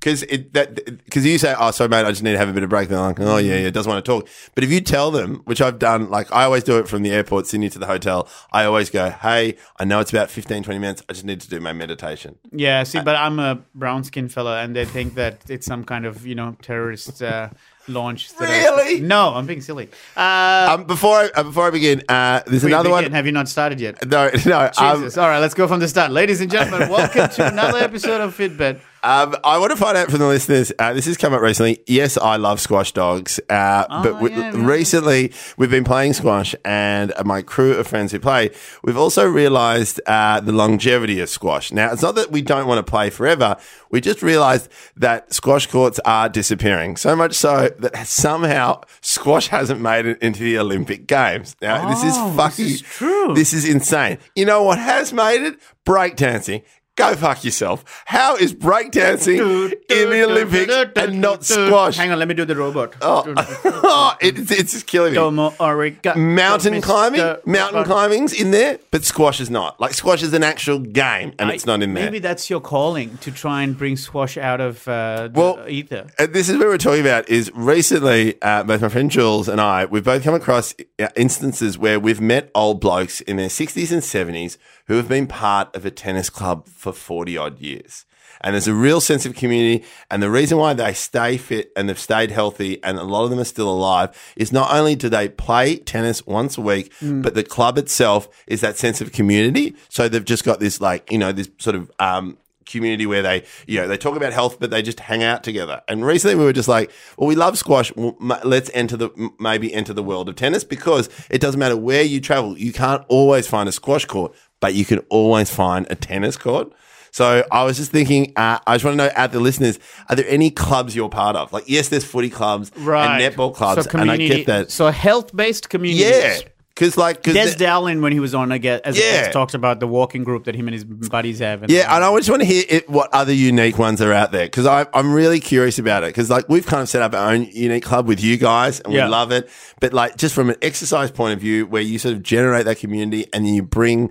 Speaker 2: because it that because you say, "Oh, sorry, mate, I just need to have a bit of break." They're like, "Oh, yeah, yeah, doesn't want to talk." But if you tell them, which I've done, like I always do it from the airport, Sydney to the hotel. I always go, "Hey, I know it's about 15, 20 minutes. I just need to do my meditation."
Speaker 3: Yeah, see,
Speaker 2: Uh,
Speaker 3: but I'm a brown skinned fella, and they think that it's some kind of you know terrorist uh, launch. that I-
Speaker 2: Really?
Speaker 3: no, I'm being silly. Uh,
Speaker 2: Um, before I, uh, before I begin, uh, there's
Speaker 3: we
Speaker 2: another
Speaker 3: begin.
Speaker 2: one. Uh,
Speaker 3: Have you not started yet?
Speaker 2: No, no. Um,
Speaker 3: Jesus. All right, let's go from the start, ladies and gentlemen. welcome to another episode of Fitbit.
Speaker 2: Um, I want to find out from the listeners. Uh, this has come up recently. Yes, I love squash dogs, uh, but we,
Speaker 3: Oh, yeah, right.
Speaker 2: recently we've been playing squash, and uh, my crew of friends who play, we've also realised uh, the longevity of squash. Now, it's not that we don't want to play forever. We just realised that squash courts are disappearing so much so that somehow squash hasn't made it into the Olympic Games. Now, this is
Speaker 3: Oh, this
Speaker 2: fucking
Speaker 3: is true.
Speaker 2: this is insane. You know what has made it? Breakdancing. Go fuck yourself. How is breakdancing in the Olympics and not squash?
Speaker 3: Hang on, let me do the robot.
Speaker 2: Oh, it, it's it's just killing me.
Speaker 3: Domo arigato,
Speaker 2: Mountain
Speaker 3: Mr.
Speaker 2: climbing, mountain
Speaker 3: Robot.
Speaker 2: climbing's in there, but squash is not. Like squash is an actual game, and it's not in there.
Speaker 3: Maybe that's your calling to try and bring squash out of uh, the
Speaker 2: Well,
Speaker 3: ether.
Speaker 2: And this is what we're talking about is recently uh, both my friend jules and i we've both come across uh, instances where we've met old blokes in their 60s and 70s who have been part of a tennis club for 40 odd years and there's a real sense of community and the reason why they stay fit and they've stayed healthy and a lot of them are still alive is not only do they play tennis once a week but the club itself is that sense of community so they've just got this like you know this sort of um, community where they, you know, they talk about health, but they just hang out together. And recently we were just like, well, we love squash. Well, m- let's enter the, m- maybe enter the world of tennis because it doesn't matter where you travel. You can't always find a squash court, but you can always find a tennis court. So I was just thinking, uh, I just want to know out the listeners, are there any clubs you're part of? Like, yes, there's footy clubs
Speaker 3: Right.
Speaker 2: and netball clubs.
Speaker 3: So
Speaker 2: and I
Speaker 3: community,
Speaker 2: get that.
Speaker 3: So health based communities.
Speaker 2: yeah. Cause like, cause
Speaker 3: Des
Speaker 2: the-
Speaker 3: Dowlin, when he was on, I guess, as
Speaker 2: Yeah.
Speaker 3: as talks about the walking group that him and his buddies have. And
Speaker 2: Yeah, and I just want to hear it, what other unique ones are out there because I'm really curious about it because like we've kind of set up our own unique club with you guys and
Speaker 3: Yeah.
Speaker 2: we love it, but like just from an exercise point of view where you sort of generate that community and then you bring,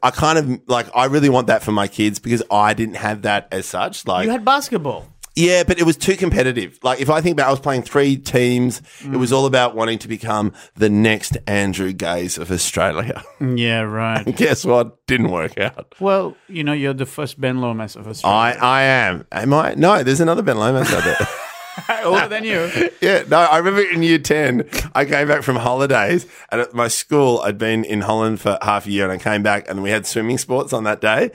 Speaker 2: I kind of like I really want that for my kids because I didn't have that as such. Like
Speaker 3: you had basketball.
Speaker 2: yeah, but it was too competitive. Like if I think about, I was playing three teams.
Speaker 3: Mm.
Speaker 2: It was all about wanting to become the next Andrew Gaze of Australia.
Speaker 3: Yeah, right.
Speaker 2: Guess what? Didn't work out.
Speaker 3: well, you know, you're the first Ben Lomas of Australia.
Speaker 2: I, I am. Am I? No, there's another Ben Lomas out there.
Speaker 3: Older than you.
Speaker 2: yeah, no, I remember in year 10, I came back from holidays and at my school, I'd been in Holland for half a year and I came back and we had swimming sports on that day.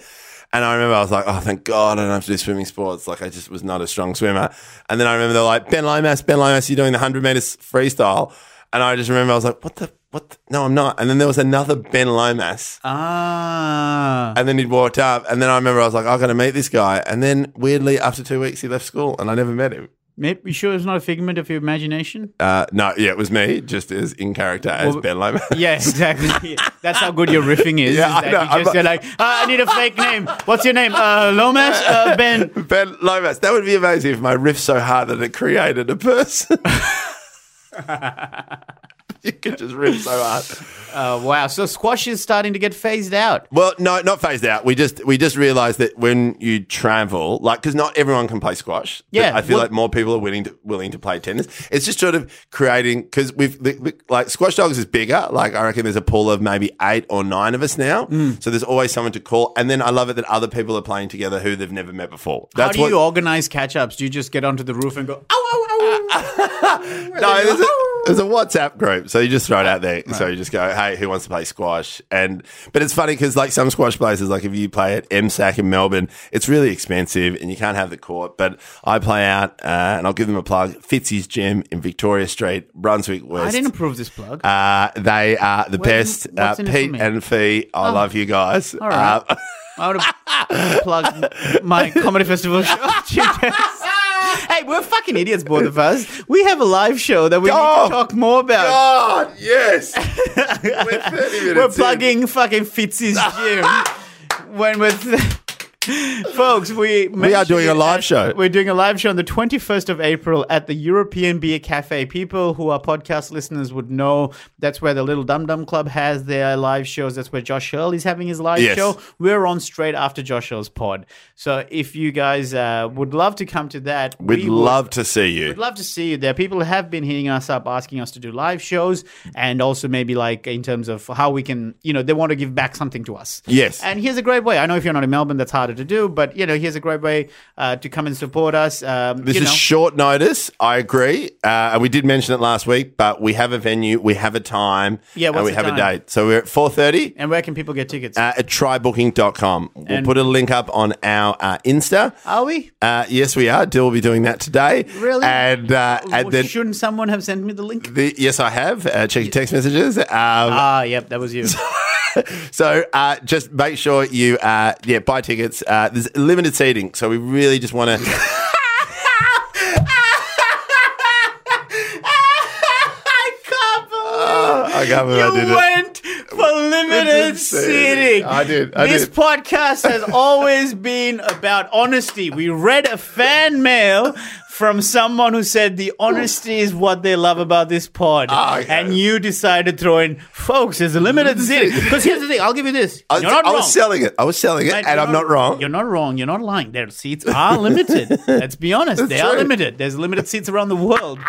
Speaker 2: And I remember I was like, oh, thank God I don't have to do swimming sports. Like, I just was not a strong swimmer. And then I remember they're like, Ben Lomas, Ben Lomas, you're doing the 100 meters freestyle. And I just remember I was like, what the, what the, no, I'm not. And then there was another Ben Lomas.
Speaker 3: Ah.
Speaker 2: And then he'd walked up, and then I remember I was like, "I'm going to meet this guy." And then weirdly, after two weeks, he left school, and I never met him.
Speaker 3: Maybe, you sure it's not a figment of your imagination?
Speaker 2: Uh, no, yeah, it was me, just as in character as
Speaker 3: Well,
Speaker 2: Ben Lomas.
Speaker 3: yeah, exactly. That's how good your riffing is.
Speaker 2: Yeah,
Speaker 3: is
Speaker 2: I
Speaker 3: that
Speaker 2: know.
Speaker 3: You just,
Speaker 2: I'm-
Speaker 3: you're like, ah, I need a fake name. What's your name? Uh, Lomas? Uh, ben.
Speaker 2: ben Lomas. That would be amazing if my riff so hard that it created a person. you could just riff so hard.
Speaker 3: Uh, wow. So squash is starting to get phased out.
Speaker 2: Well, no, not phased out. We just we just realised that when you travel, like, because not everyone can play squash. but
Speaker 3: Yeah,
Speaker 2: I feel
Speaker 3: well-
Speaker 2: like more people are willing to willing to play tennis. It's just sort of creating because we've the, the- like squash dogs is bigger. Like, I reckon there's a pool of maybe eight or nine of us now.
Speaker 3: Mm.
Speaker 2: So there's always someone to call, and then I love it that other people are playing together who they've never met before.
Speaker 3: How
Speaker 2: That's
Speaker 3: do
Speaker 2: what.
Speaker 3: you organize catch ups? Do you just get onto the roof and go, ow, ow, ow?
Speaker 2: no, there's a, there's a WhatsApp group, so you just throw it out there. So you just go, "Hey, who wants to play squash?" And but it's funny because like some squash places, like if you play at MSAC in Melbourne, it's really expensive and you can't have the court. But I play out, uh, and I'll give them a plug. Fitzy's Gym in Victoria Street, Brunswick West.
Speaker 3: I didn't approve this plug.
Speaker 2: uh, they are the
Speaker 3: Where-
Speaker 2: best. Uh,
Speaker 3: what's in it for
Speaker 2: Pete
Speaker 3: me? Oh.
Speaker 2: and Fee, I love you guys.
Speaker 3: All right.
Speaker 2: Uh,
Speaker 3: I would have plugged my comedy festival show. Cheers. hey, we're fucking idiots, both of us. We have a live show that we need
Speaker 2: Oh,
Speaker 3: to talk more about.
Speaker 2: God, yes. We're 30 minutes
Speaker 3: we're
Speaker 2: in.
Speaker 3: plugging fucking Fitzy's gym when we're. Folks, we
Speaker 2: We are doing a live show.
Speaker 3: Uh, We're doing a live show on the 21st of April at the European Beer Cafe. People who are podcast listeners would know that's where the Little Dum Dum Club has their live shows. That's where Josh Hurley's having his live
Speaker 2: Yes.
Speaker 3: show. We're on straight after Josh Hurl's pod. So if you guys uh, would love to come to that,
Speaker 2: We'd
Speaker 3: we would-
Speaker 2: love to see you.
Speaker 3: We'd love to see you there. People have been hitting us up asking us to do live shows and also maybe like in terms of how we can, you know, they want to give back something to us.
Speaker 2: Yes.
Speaker 3: And here's a great way. I know if you're not in Melbourne, that's harder to do, but, you know, here's a great way uh, to come and support us. Um,
Speaker 2: This
Speaker 3: you
Speaker 2: is
Speaker 3: know.
Speaker 2: short notice. I agree. Uh, and we did mention it last week, but we have a venue, we have a time,
Speaker 3: Yeah,
Speaker 2: and
Speaker 3: what's
Speaker 2: we
Speaker 3: the
Speaker 2: have a
Speaker 3: time?
Speaker 2: date. So we're at 4.30
Speaker 3: and where can people get tickets?
Speaker 2: uh, at trybooking.com. We'll
Speaker 3: And-
Speaker 2: put a link up on our uh, Insta.
Speaker 3: Are we?
Speaker 2: Uh, yes, we are. Dill will be doing that today.
Speaker 3: Really?
Speaker 2: And, uh,
Speaker 3: Or
Speaker 2: and then,
Speaker 3: Shouldn't someone have sent me the link?
Speaker 2: the, yes, I have. Uh, check your text messages. Um,
Speaker 3: Ah, yep, that was you.
Speaker 2: So uh, just make sure you uh, yeah buy tickets. Uh, there's limited seating, so we really just want to.
Speaker 3: I can't believe
Speaker 2: oh, I can't believe I
Speaker 3: You
Speaker 2: did it.
Speaker 3: went for limited
Speaker 2: see it.
Speaker 3: seating.
Speaker 2: I did, I
Speaker 3: this
Speaker 2: did.
Speaker 3: podcast has always been about honesty. We read a fan mail from someone who said the honesty is what they love about this pod,
Speaker 2: Ah, okay.
Speaker 3: and you decided to throw in, folks, there's a limited seating. Because here's the thing, I'll give you this.
Speaker 2: I, was-
Speaker 3: you're not
Speaker 2: I
Speaker 3: wrong.
Speaker 2: was selling it. I was selling it,
Speaker 3: Mate,
Speaker 2: and
Speaker 3: you're
Speaker 2: I'm not wrong.
Speaker 3: You're not wrong. You're not lying. Their seats are limited. let's be honest. they are
Speaker 2: true.
Speaker 3: limited. There's limited seats around the world.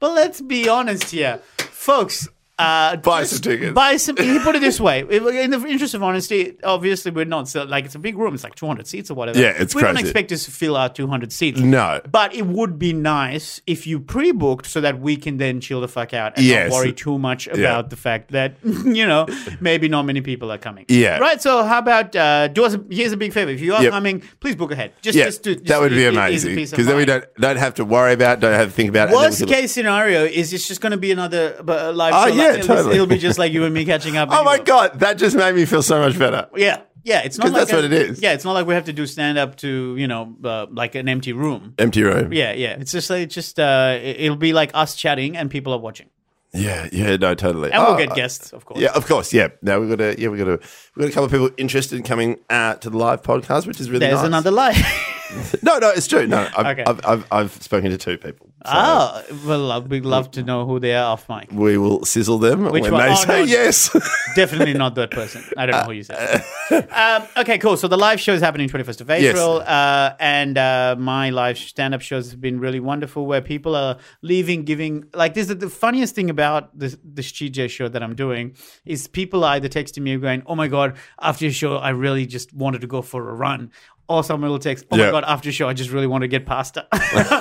Speaker 3: But let's be honest here, folks. Uh,
Speaker 2: Buy
Speaker 3: just
Speaker 2: some tickets.
Speaker 3: Buy some. You put it this way. If- In the interest of honesty, obviously we're not so, like it's a big room. It's like 200 seats or whatever.
Speaker 2: Yeah, it's
Speaker 3: we don't
Speaker 2: crazy.
Speaker 3: expect us to fill out 200 seats.
Speaker 2: No.
Speaker 3: But it would be nice if you pre-booked so that we can then chill the fuck out and
Speaker 2: Yes.
Speaker 3: not worry too much about the fact that you know maybe not many people are coming.
Speaker 2: Yeah.
Speaker 3: Right. So how about uh, do us? A, here's a big favor. If you are
Speaker 2: Yep.
Speaker 3: coming, please book ahead. Just,
Speaker 2: yeah,
Speaker 3: just, to, just
Speaker 2: that would be
Speaker 3: it- it is a
Speaker 2: amazing
Speaker 3: peace of
Speaker 2: because then we
Speaker 3: mind.
Speaker 2: don't don't have to worry about, don't have to think about. it, and then we
Speaker 3: Worst
Speaker 2: can-
Speaker 3: case scenario is it's just going to be another uh, live
Speaker 2: Oh,
Speaker 3: show.
Speaker 2: yeah,
Speaker 3: like, it'll,
Speaker 2: totally.
Speaker 3: it'll be just like you and me catching up.
Speaker 2: Oh my
Speaker 3: anyway.
Speaker 2: god, that just made me feel so much better.
Speaker 3: Yeah, yeah. It's not
Speaker 2: 'Cause
Speaker 3: like
Speaker 2: that's what it is.
Speaker 3: Yeah, it's not like we have to do stand up to you know uh, like an empty room.
Speaker 2: Empty room.
Speaker 3: Yeah, yeah. It's just like it's just uh, it- it'll be like us chatting and people are watching,
Speaker 2: yeah, yeah, no, totally.
Speaker 3: and
Speaker 2: Oh,
Speaker 3: we'll get guests, of course.
Speaker 2: Yeah, of course. Yeah. Now we've got a yeah, we've got a we've got a couple of people interested in coming uh, to the live podcast, which is really
Speaker 3: There's
Speaker 2: nice.
Speaker 3: another live.
Speaker 2: No, no, it's true. No, I've,
Speaker 3: Okay.
Speaker 2: I've, I've, I've spoken to two people. So
Speaker 3: Oh, well, uh, we'd love to know who they are off mic.
Speaker 2: We will sizzle them
Speaker 3: Which
Speaker 2: when
Speaker 3: one?
Speaker 2: they
Speaker 3: Oh,
Speaker 2: say
Speaker 3: no.
Speaker 2: yes.
Speaker 3: Definitely not that person. I don't know who you said. Um, okay, cool. So the live show is happening 21st of April. Uh, and uh, my live stand up shows have been really wonderful where people are leaving, giving. Like, this is the funniest thing about this, this GJ show that I'm doing is people are either texting me going, oh my God, after your show, I really just wanted to go for a run. Or someone will text, oh
Speaker 2: Yeah.
Speaker 3: my God, after your show, I just really want to get pasta. so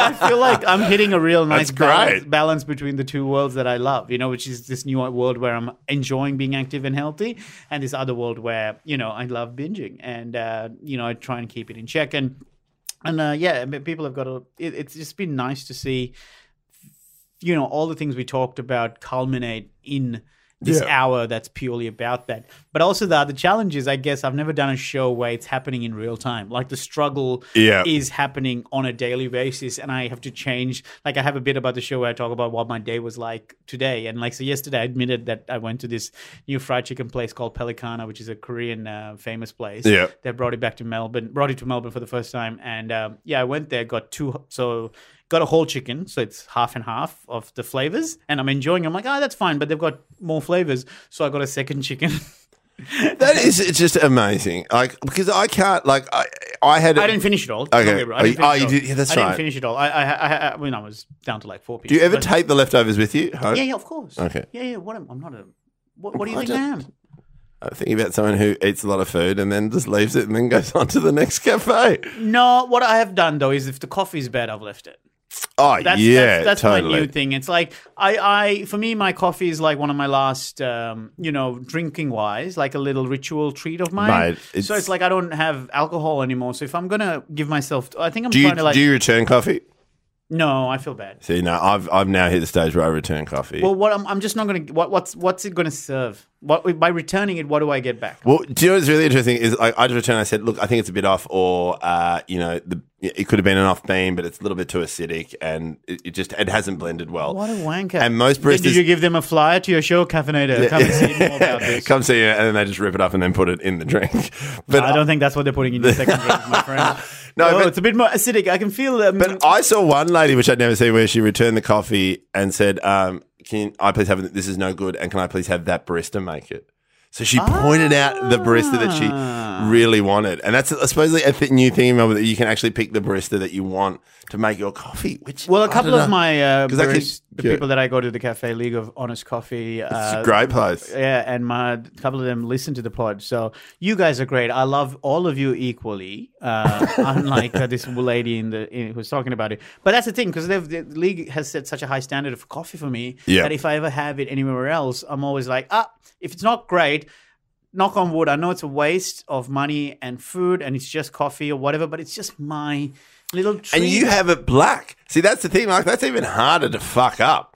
Speaker 3: I feel like I'm hitting a real nice
Speaker 2: That's great.
Speaker 3: balance, balance between the two worlds that I love, you know, which is this new world where I'm enjoying being active and healthy, and this other world where, you know, I love binging and, uh, you know, I try and keep it in check. And, and uh, yeah, I mean, people have got to, it, it's just been nice to see, you know, all the things we talked about culminate in this
Speaker 2: Yeah.
Speaker 3: hour that's purely about that. But also the other challenge is, I guess, I've never done a show where it's happening in real time. Like the struggle
Speaker 2: Yeah.
Speaker 3: is happening on a daily basis, and I have to change. Like I have a bit about the show where I talk about what my day was like today, and like so yesterday, I admitted that I went to this new fried chicken place called Pelicana, which is a Korean uh, famous place.
Speaker 2: Yeah.
Speaker 3: they brought it back to Melbourne, brought it to Melbourne for the first time, and um, yeah, I went there, got two, so got a whole chicken, so it's half and half of the flavors, and I'm enjoying. it. I'm like, oh, that's fine, but they've got more flavors, so I got a second chicken.
Speaker 2: that is it's just amazing. Like because I can't like I I had
Speaker 3: I didn't finish it all.
Speaker 2: Okay.
Speaker 3: Don't get me wrong, I didn't
Speaker 2: Oh,
Speaker 3: finish
Speaker 2: you
Speaker 3: it
Speaker 2: did-
Speaker 3: all.
Speaker 2: yeah, that's
Speaker 3: I didn't
Speaker 2: right.
Speaker 3: finish it all. I, I, I, I, when I was down to like four pieces.
Speaker 2: Do you ever
Speaker 3: but-
Speaker 2: take the leftovers with you? home?
Speaker 3: Yeah, yeah, of course.
Speaker 2: Okay.
Speaker 3: Yeah, yeah. What am, I'm not a. What, what do you
Speaker 2: I
Speaker 3: think I
Speaker 2: don't-
Speaker 3: am?
Speaker 2: I'm thinking about someone who eats a lot of food and then just leaves it and then goes on to the next cafe.
Speaker 3: No, what I have done though is if the coffee's bad, I've left it.
Speaker 2: Oh
Speaker 3: That's,
Speaker 2: yeah,
Speaker 3: that's, that's my
Speaker 2: totally.
Speaker 3: new thing. It's like I, I, for me, my coffee is like one of my last, um, you know, drinking wise, like a little ritual treat of mine.
Speaker 2: Mate,
Speaker 3: so
Speaker 2: it's-
Speaker 3: it's like I don't have alcohol anymore. So if I'm gonna give myself, I think I'm
Speaker 2: do you
Speaker 3: trying to like.
Speaker 2: do you return coffee?
Speaker 3: No, I feel bad.
Speaker 2: See, no, I've I've now hit the stage where I return coffee.
Speaker 3: Well, what I'm, I'm just not going to. What, what's what's it going to serve? What by returning it? What do I get back?
Speaker 2: Well, do you know what's really interesting is I, I just returned. I said, look, I think it's a bit off, or uh, you know, the it could have been an off bean, but it's a little bit too acidic, and it, it just it hasn't blended well.
Speaker 3: What a wanker!
Speaker 2: And most
Speaker 3: Did- Did
Speaker 2: baristas-
Speaker 3: you give them a flyer to your show, Caffeinator? Come and see more about this.
Speaker 2: Come see it, and then they just rip it up and then put it in the drink. But
Speaker 3: I don't think that's what they're putting in the second drink, my friend.
Speaker 2: No,
Speaker 3: oh,
Speaker 2: but-
Speaker 3: it's a bit more acidic. I can feel. Um,
Speaker 2: But I saw one lady, which I'd never seen, where she returned the coffee and said, um, "Can I please have this? Is no good, and can I please have that barista make it?" So she pointed out the barista that
Speaker 3: Ah.
Speaker 2: she really wanted, and that's supposedly a th- new thing in Melbourne that you can actually pick the barista that you want to make your coffee. Which
Speaker 3: well,
Speaker 2: I
Speaker 3: a
Speaker 2: don't
Speaker 3: couple of
Speaker 2: know.
Speaker 3: my uh,
Speaker 2: 'Cause I could-
Speaker 3: barist- the
Speaker 2: yeah.
Speaker 3: people that I go to the Cafe League of Honest Coffee.
Speaker 2: It's
Speaker 3: Uh,
Speaker 2: a great place.
Speaker 3: Yeah, and my a couple of them listen to the pod. So you guys are great. I love all of you equally. Uh, unlike uh, this lady in the in, who's talking about it. But that's the thing because the league has set such a high standard of coffee for me
Speaker 2: Yeah.
Speaker 3: that if I ever have it anywhere else, I'm always like, ah, if it's not great. Knock on wood. I know it's a waste of money and food, and it's just coffee or whatever. But it's just my little. Treat.
Speaker 2: And you have it black. See, that's the thing. Like that's even harder to fuck up.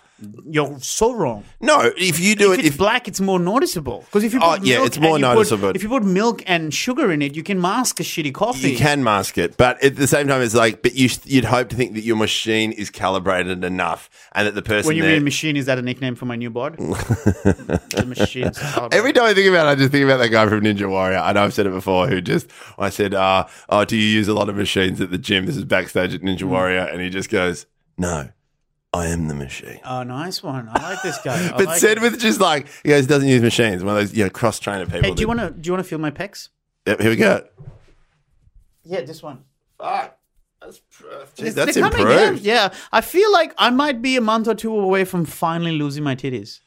Speaker 3: you're so wrong.
Speaker 2: No, if you do
Speaker 3: if
Speaker 2: it,
Speaker 3: it's
Speaker 2: if
Speaker 3: black, it's more noticeable. Because if you
Speaker 2: Oh,
Speaker 3: put
Speaker 2: yeah,
Speaker 3: milk
Speaker 2: it's more
Speaker 3: and you put-
Speaker 2: noticeable.
Speaker 3: if you put milk and sugar in it, you can mask a shitty coffee.
Speaker 2: You can mask it, but at the same time, it's like, but you, you'd hope to think that your machine is calibrated enough, and that the person
Speaker 3: When you
Speaker 2: there,
Speaker 3: mean machine, is that a nickname for my new bod? the machine.
Speaker 2: Every time I think about it, I just think about that guy from Ninja Warrior. I know I've said it before, who just, I said, uh, oh, do you use a lot of machines at the gym? This is backstage at
Speaker 3: Mm.
Speaker 2: Ninja Warrior. And he just goes, no, I am the machine.
Speaker 3: Oh, nice one. I like this guy. I
Speaker 2: but
Speaker 3: like
Speaker 2: said
Speaker 3: it.
Speaker 2: with just like, he goes, doesn't use machines. One of those, you know, cross trainer people.
Speaker 3: Hey, do you want to do you want to feel my pecs?
Speaker 2: to? Yep, here we go.
Speaker 3: Yeah, this one.
Speaker 2: Fuck. That's, Jeez,
Speaker 3: They're
Speaker 2: that's
Speaker 3: coming
Speaker 2: improved.
Speaker 3: in, Yeah, I feel like I might be a month or two away from finally losing my titties.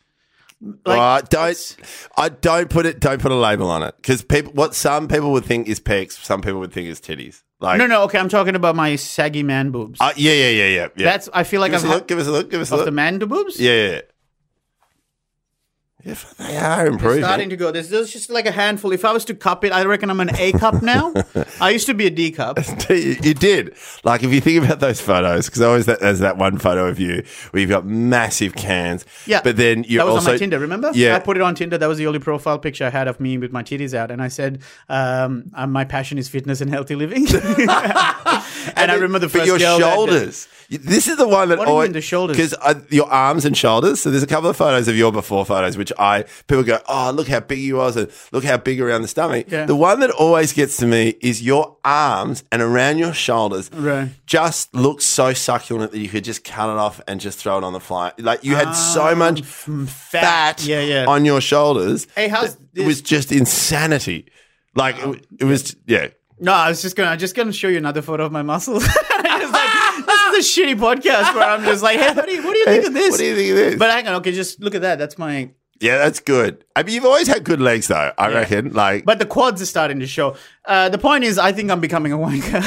Speaker 3: Like,
Speaker 2: uh, don't
Speaker 3: it's-
Speaker 2: I don't put it don't put a label on it because people what some people would think is pecs, some people would think is titties. Like
Speaker 3: No, no. Okay, I'm talking about my saggy man boobs.
Speaker 2: uh, yeah, yeah, yeah, yeah, yeah.
Speaker 3: That's. I feel like
Speaker 2: give us
Speaker 3: I've
Speaker 2: a
Speaker 3: had,
Speaker 2: look. Give us a look. Give us a
Speaker 3: of
Speaker 2: look.
Speaker 3: the man boobs.
Speaker 2: yeah, yeah, yeah. yeah. f- They are improving.
Speaker 3: starting to go. There's, there's just like a handful. If I was to cup it, I reckon I'm an A cup now. I used to be a D cup.
Speaker 2: you, you did. Like if you think about those photos, because always that, there's that one photo of you where you've got massive cans.
Speaker 3: Yeah,
Speaker 2: but then you
Speaker 3: that was
Speaker 2: also
Speaker 3: on my Tinder. Remember?
Speaker 2: Yeah,
Speaker 3: I put it on Tinder. That was the only profile picture I had of me with my titties out, and I said, um, uh, "My passion is fitness and healthy living." and, I remember the first
Speaker 2: But your
Speaker 3: girl that-
Speaker 2: shoulders. You- This is the one that
Speaker 3: What do you
Speaker 2: always
Speaker 3: mean the shoulders?
Speaker 2: because your arms and shoulders. So there's a couple of photos of your before photos, which I people go, oh look how big you was, and look how big around the stomach.
Speaker 3: Yeah.
Speaker 2: The one that always gets to me is your arms and around your shoulders.
Speaker 3: Right.
Speaker 2: Just looks so succulent that you could just cut it off and just throw it on the fly. Like you had so much fat,
Speaker 3: Ah, Yeah, yeah.
Speaker 2: on your shoulders.
Speaker 3: Hey, how's
Speaker 2: it was just insanity. Like it, w- it was, yeah.
Speaker 3: No, I was just gonna. I'm just gonna show you another photo of my muscles. It's like, this is a shitty podcast where I'm just like, hey, what do you, what do you think of this?
Speaker 2: What do you think of this?
Speaker 3: But hang on, okay, just look at that. That's my
Speaker 2: Yeah, that's good. I mean, you've always had good legs, though. I reckon. Like,
Speaker 3: But the quads are starting to show. Uh, the point is, I think I'm becoming a wanker.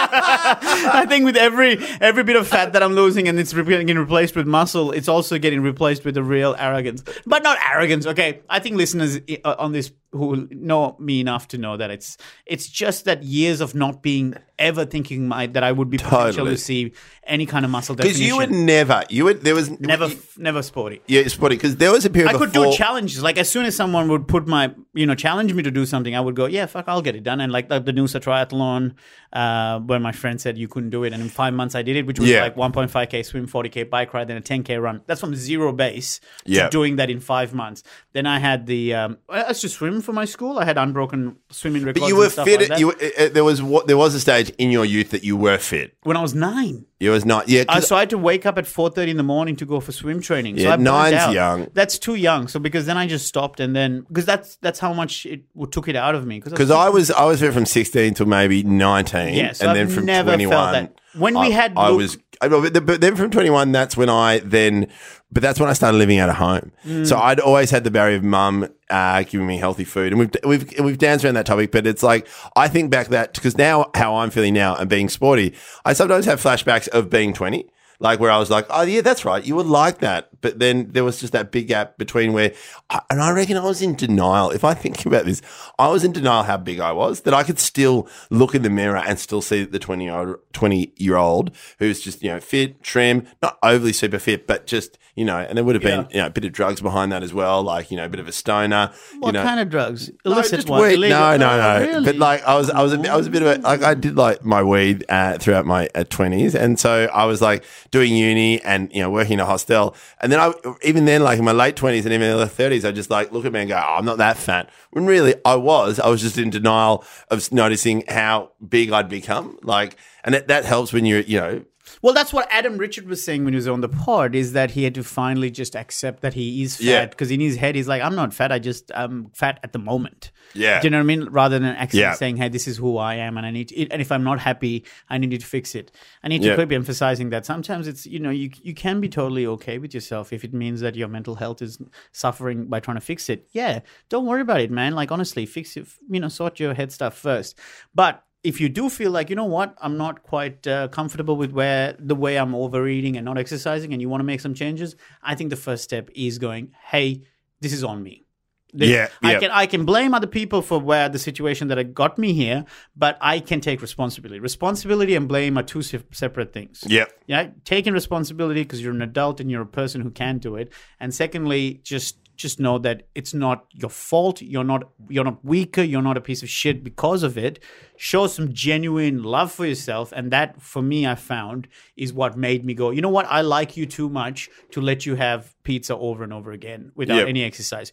Speaker 3: I think with every every bit of fat that I'm losing and it's re- getting replaced with muscle, it's also getting replaced with the real arrogance. But not arrogance, okay? I think listeners i- uh, on this who know me enough to know that it's it's just that years of not being ever thinking my, that I would be potential
Speaker 2: Totally.
Speaker 3: to see any kind of muscle
Speaker 2: because
Speaker 3: definition.
Speaker 2: you were never, you were there was
Speaker 3: never
Speaker 2: You,
Speaker 3: f- never sporty.
Speaker 2: yeah, it's funny because there was a period.
Speaker 3: I could
Speaker 2: before,
Speaker 3: do challenges. Like as soon as someone would put my, you know, challenge me to do something, I would go, yeah, fuck, I'll get it done. And like, like the Noosa triathlon, uh, where my friend said you couldn't do it, and in five months I did it, which was
Speaker 2: Yeah.
Speaker 3: like 1.5k swim, 40k bike ride, then a 10k run. That's from zero base to
Speaker 2: Yeah.
Speaker 3: doing that in five months. Then I had the, um, I used to swim for my school. I had unbroken swimming records.
Speaker 2: But you
Speaker 3: and
Speaker 2: were
Speaker 3: stuff
Speaker 2: fit.
Speaker 3: like that.
Speaker 2: you were, uh, uh, there was what there was a stage in your youth that you were fit.
Speaker 3: when I was nine.
Speaker 2: You was not. Yeah,
Speaker 3: I,
Speaker 2: 'cause-
Speaker 3: so I had to wake up at four thirty in the morning to go for swim training. so
Speaker 2: Yeah,
Speaker 3: I burnt
Speaker 2: nine's
Speaker 3: out.
Speaker 2: young.
Speaker 3: That's too young. So because then I just stopped, and then because that's that's how much it w- took it out of me.
Speaker 2: because I was I was fit from sixteen till maybe nineteen.
Speaker 3: Yeah, so
Speaker 2: and
Speaker 3: I've
Speaker 2: then from
Speaker 3: never felt
Speaker 2: twenty one.
Speaker 3: that. When we
Speaker 2: I,
Speaker 3: had
Speaker 2: I
Speaker 3: Luke-
Speaker 2: was. I, but the- but then from 21, that's when I then, but that's when I started living out of home.
Speaker 3: Mm.
Speaker 2: So I'd always had the barrier of mum uh, giving me healthy food, and we've we've we've danced around that topic. But it's like I think back that because now how I'm feeling now and being sporty, I sometimes have flashbacks of being 20, like where I was like, oh yeah, that's right, you were like that, But then there was just that big gap between where, I- and I reckon I was in denial. If I think about this, I was in denial how big I was, that I could still look in the mirror and still see that the 20 year, 20 year old who's just, you know, fit, trim, not overly super fit, but just, you know, and there would have been, you know, a bit of drugs behind that as well, like, you know, a bit of a stoner. you
Speaker 3: What
Speaker 2: know,
Speaker 3: kind of drugs?
Speaker 2: no,
Speaker 3: Illicit
Speaker 2: just
Speaker 3: one.
Speaker 2: weed.
Speaker 3: Illegal.
Speaker 2: No, no,
Speaker 3: Oh,
Speaker 2: no.
Speaker 3: really?
Speaker 2: But like, I was, I was, a, bit- I was a bit of a like, I did like my weed uh, throughout my twenties, and so I was like doing uni and you know working in a hostel, and then I even then like in my late twenties and even in the thirties, I just like look at me and go, oh, I'm not that fat. When really I was, I was just in denial of noticing how big I'd become. Like, and that, that helps when you're, you know,
Speaker 3: Well, that's what Adam Richard was saying when he was on the pod is that he had to finally just accept that he is
Speaker 2: Yeah.
Speaker 3: fat because in his head he's like, I'm not fat. I just I'm fat at the moment.
Speaker 2: Yeah.
Speaker 3: Do you know what I mean? Rather than actually
Speaker 2: Yeah.
Speaker 3: saying, Hey, this is who I am, and I need to, and if I'm not happy, I need to fix it. I need
Speaker 2: Yeah.
Speaker 3: to keep emphasizing that sometimes it's you know you you can be totally okay with yourself if it means that your mental health is suffering by trying to fix it. Yeah, don't worry about it, man. Like honestly, fix it. You know, sort your head stuff first, but if you do feel like you know what i'm not quite uh, comfortable with where the way i'm overeating and not exercising and you want to make some changes i think the first step is going hey this is on me This-
Speaker 2: Yeah,
Speaker 3: i
Speaker 2: yeah.
Speaker 3: can i can blame other people for where the situation that it got me here but i can take responsibility responsibility and blame are two se- separate things
Speaker 2: Yep.
Speaker 3: yeah taking responsibility because you're an adult and you're a person who can do it and secondly just just know that it's not your fault you're not you're not weaker you're not a piece of shit because of it show some genuine love for yourself and that for me i found is what made me go you know what i like you too much to let you have pizza over and over again without
Speaker 2: Yep.
Speaker 3: any exercise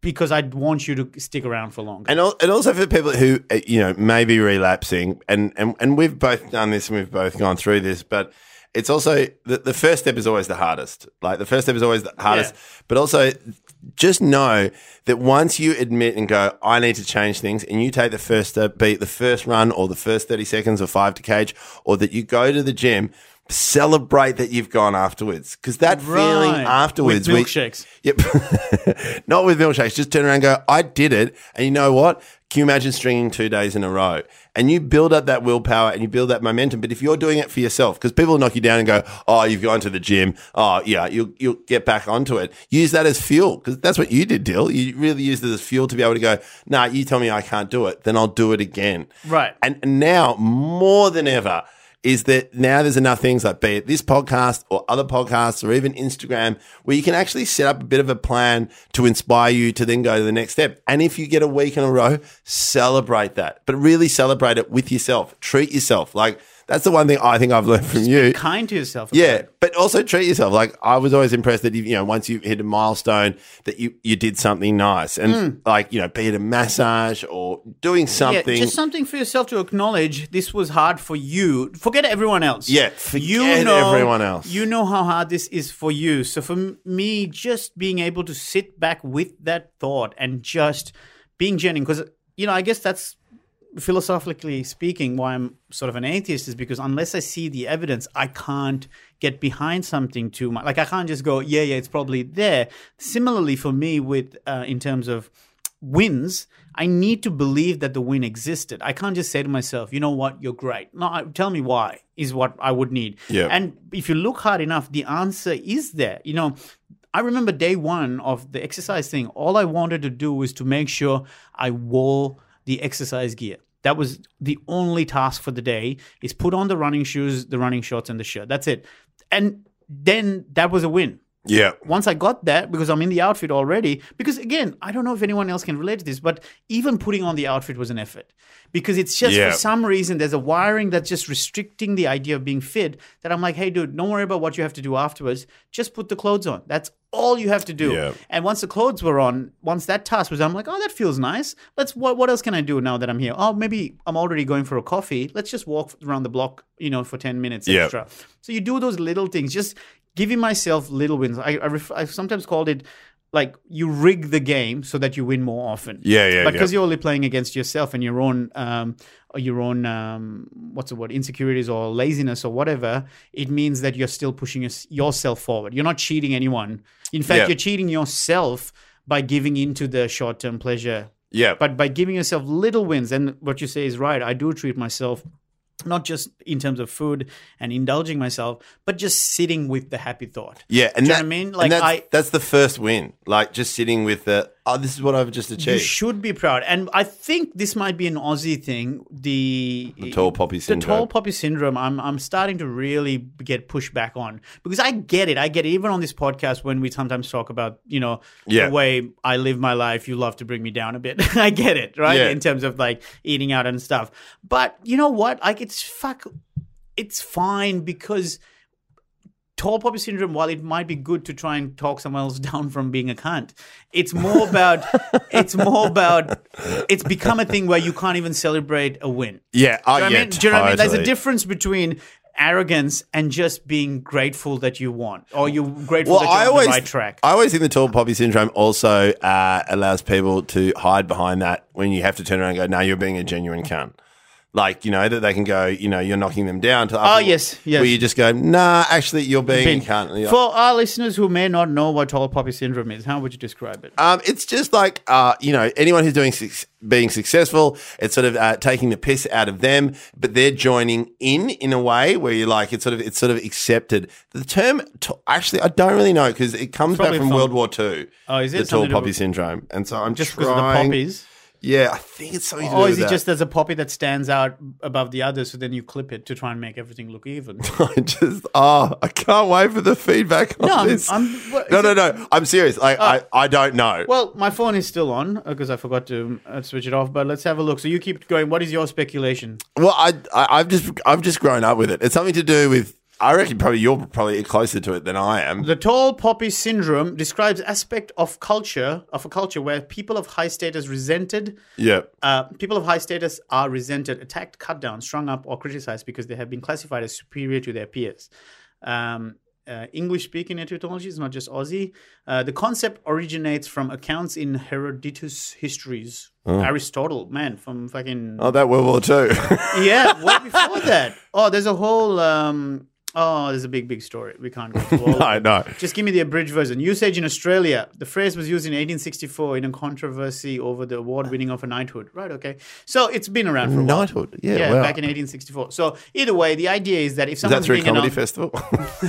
Speaker 3: because i want you to stick around for longer
Speaker 2: And, al- and also for people who uh, you know may be relapsing, and, and and we've both done this and we've both gone through this, but it's also the, the first step is always the hardest. Like the first step is always the hardest, but also just know that once you admit and go, I need to change things, and you take the first step, be it the first run or the first thirty seconds or five to cage, or that you go to the gym. Celebrate that you've gone afterwards, because that feeling
Speaker 3: Right.
Speaker 2: afterwards,
Speaker 3: With
Speaker 2: we-
Speaker 3: milkshakes.
Speaker 2: Yep. Not with milkshakes. Just turn around and go, I did it. And you know what? Can you imagine stringing two days in a row? And you build up that willpower and you build that momentum. But if you're doing it for yourself, because people knock you down and go, oh, you've gone to the gym. Oh, yeah, you'll, you'll get back onto it. Use that as fuel because that's what you did, Dill. You really used it as fuel to be able to go, nah, you tell me I can't do it. Then I'll do it again.
Speaker 3: Right.
Speaker 2: And and now more than ever is that now there's enough things like be it this podcast or other podcasts or even Instagram where you can actually set up a bit of a plan to inspire you to then go to the next step. And if you get a week in a row, celebrate that. But really celebrate it with yourself. Treat yourself. Like that's the one thing I think I've learned from you.
Speaker 3: kind to yourself about
Speaker 2: Yeah,
Speaker 3: it.
Speaker 2: but also treat yourself. Like I was always impressed that you, you know once you hit a milestone that you you did something nice and like you know be it a massage or doing something.
Speaker 3: Hmm. Yeah, just something for yourself to acknowledge this was hard for you. Forget everyone else.
Speaker 2: Yeah, forget everyone else.
Speaker 3: You know how hard this is for you. So for m- me, just being able to sit back with that thought and just being genuine, because, you know, I guess that's philosophically speaking why I'm sort of an atheist is because unless I see the evidence, I can't get behind something too much. Like I can't just go, yeah, yeah, it's probably there. Similarly for me with, uh, in terms of, wins, I need to believe that the win existed. I can't just say to myself, you know what, you're great. No, I- tell me why is what I would need.
Speaker 2: Yeah.
Speaker 3: And if you look hard enough, the answer is there. You know, I remember day one of the exercise thing, all I wanted to do was to make sure I wore the exercise gear. That was the only task for the day is put on the running shoes, the running shorts, and the shirt. That's it. And then that was a win
Speaker 2: yeah,
Speaker 3: once I got that, because I'm in the outfit already, because again, I don't know if anyone else can relate to this, but even putting on the outfit was an effort. Because it's just
Speaker 2: Yeah.
Speaker 3: for some reason, there's a wiring that's just restricting the idea of being fit that I'm like, hey, dude, don't worry about what you have to do afterwards. Just put the clothes on. That's all you have to do.
Speaker 2: Yeah.
Speaker 3: And once the clothes were on, once that task was, done, I'm like, oh, that feels nice. Let's. What, what else can I do now that I'm here? Oh, maybe I'm already going for a coffee. Let's just walk around the block, you know, for ten minutes
Speaker 2: Yeah.
Speaker 3: extra. So you do those little things, just giving myself little wins. I, I, ref- I sometimes called it like you rig the game so that you win more often.
Speaker 2: Yeah, yeah, yeah.
Speaker 3: But because you're only playing against yourself and your own, um, or your own, um, what's the word, insecurities or laziness or whatever, it means that you're still pushing yours- yourself forward. You're not cheating anyone. In fact,
Speaker 2: Yeah.
Speaker 3: you're cheating yourself by giving into the short-term pleasure
Speaker 2: yeah.
Speaker 3: but by giving yourself little wins and what you say is right i do treat myself not just in terms of food and indulging myself, but just sitting with the happy thought.
Speaker 2: Yeah,
Speaker 3: Do
Speaker 2: and
Speaker 3: you know
Speaker 2: that-
Speaker 3: what I mean?
Speaker 2: and
Speaker 3: Like
Speaker 2: that's,
Speaker 3: I,
Speaker 2: that's the first win. Like just sitting with the oh, this is what I've just
Speaker 3: you
Speaker 2: achieved.
Speaker 3: should be proud, and I think this might be an Aussie thing. The,
Speaker 2: The tall poppy
Speaker 3: The
Speaker 2: syndrome.
Speaker 3: tall poppy syndrome. I'm I'm starting to really get pushed back on because I get it. I get it. Even on this podcast, when we sometimes talk about you know
Speaker 2: Yeah.
Speaker 3: the way I live my life, you love to bring me down a bit. I get it, right?
Speaker 2: Yeah.
Speaker 3: In terms of like eating out and stuff. But you know what? Like it's fuck. It's fine because tall poppy syndrome, while it might be good to try and talk someone else down from being a cunt, it's more about it's more about it's become a thing where you can't even celebrate a win.
Speaker 2: yeah, oh,
Speaker 3: Do you know what
Speaker 2: yeah,
Speaker 3: I mean? Do you know what I mean? There's a
Speaker 2: totally.
Speaker 3: difference between arrogance and just being grateful that you won or you're grateful
Speaker 2: Well,
Speaker 3: that you're
Speaker 2: I
Speaker 3: on
Speaker 2: always,
Speaker 3: the right track.
Speaker 2: I always think the tall poppy syndrome also uh, allows people to hide behind that when you have to turn around and go, "No, you're being a genuine cunt." Like you know that they can go, you know, you're knocking them down. To
Speaker 3: Oh, yes, yes.
Speaker 2: Where you just go, "Nah, actually, you're being
Speaker 3: Been-
Speaker 2: a cunt." And you're
Speaker 3: For our listeners who may not know what tall poppy syndrome is, how would you describe it?
Speaker 2: Um, it's just like uh, you know, anyone who's doing suc being successful, it's sort of uh, taking the piss out of them, but they're joining in in a way where you're like it's sort of it's sort of accepted. The term t- actually, I don't really know because it comes
Speaker 3: Probably
Speaker 2: back from
Speaker 3: from-
Speaker 2: World War Two.
Speaker 3: Oh, is it
Speaker 2: the tall
Speaker 3: something to do
Speaker 2: poppy
Speaker 3: with-
Speaker 2: syndrome? And so I'm
Speaker 3: Just
Speaker 2: trying,
Speaker 3: because of the poppies?
Speaker 2: Yeah, I think it's something. To do
Speaker 3: Or is
Speaker 2: with
Speaker 3: it
Speaker 2: that.
Speaker 3: just there's a poppy that stands out above the others, so then you clip it to try and make everything look even?
Speaker 2: I just oh, I can't wait for the feedback on
Speaker 3: No, I'm-
Speaker 2: this.
Speaker 3: I'm- what-
Speaker 2: no,
Speaker 3: is
Speaker 2: no,
Speaker 3: it- Uh,
Speaker 2: no. I'm serious. Like I, I don't know.
Speaker 3: Well, my phone is still on because I forgot to uh, switch it off. But let's have a look. So you keep going. What is your speculation?
Speaker 2: Well, I, I I've just I've just grown up with it. It's something to do with. I reckon probably you're probably closer to it than I am.
Speaker 3: The tall poppy syndrome describes aspect of culture of a culture where people of high status resented.
Speaker 2: Yeah.
Speaker 3: Uh, people of high status are resented, attacked, cut down, strung up, or criticized because they have been classified as superior to their peers. Um, uh, English speaking etymology is not just Aussie. Uh, the concept originates from accounts in Herodotus histories. Aristotle, man, from fucking
Speaker 2: Oh, that World War Two.
Speaker 3: yeah, way before that. Oh, there's a whole. Um, oh, there's a big, big story. We can't go through all. of
Speaker 2: No,
Speaker 3: it.
Speaker 2: no.
Speaker 3: Just give me the abridged version. Usage in Australia. The phrase was used in 1864 in a controversy over the award winning of a knighthood. Right. Okay. So it's been around for a while.
Speaker 2: Knighthood. Yeah.
Speaker 3: Yeah,
Speaker 2: wow.
Speaker 3: back in 1864. So either way, the idea is that if
Speaker 2: Is that
Speaker 3: someone's
Speaker 2: through
Speaker 3: being
Speaker 2: Comedy
Speaker 3: an,
Speaker 2: Festival?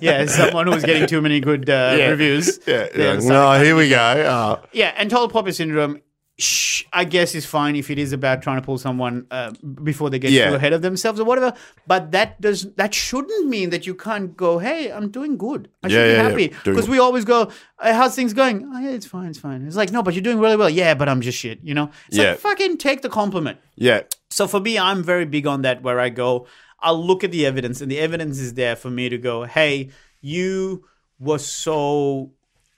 Speaker 3: yeah, someone who's getting too many good uh, reviews,
Speaker 2: yeah.
Speaker 3: they'll
Speaker 2: yeah.
Speaker 3: start
Speaker 2: No, here we go. Uh,
Speaker 3: yeah, and total poppy syndrome, shh, I guess is fine if it is about trying to pull someone uh, before they get
Speaker 2: Yeah.
Speaker 3: too ahead of themselves or whatever. But that does that shouldn't mean that you can't go. Hey, I'm doing good. I
Speaker 2: Yeah,
Speaker 3: should
Speaker 2: yeah, yeah.
Speaker 3: be happy
Speaker 2: Doing
Speaker 3: because
Speaker 2: well.
Speaker 3: we always go, "Hey, "How's things going? Oh, yeah, it's fine, it's fine." It's like, no, but you're doing really well. Yeah, but I'm just shit. You know? It's
Speaker 2: Yeah.
Speaker 3: like fucking take the compliment.
Speaker 2: yeah.
Speaker 3: So for me, I'm very big on that where I go, I'll look at the evidence, and the evidence is there for me to go, hey, you were so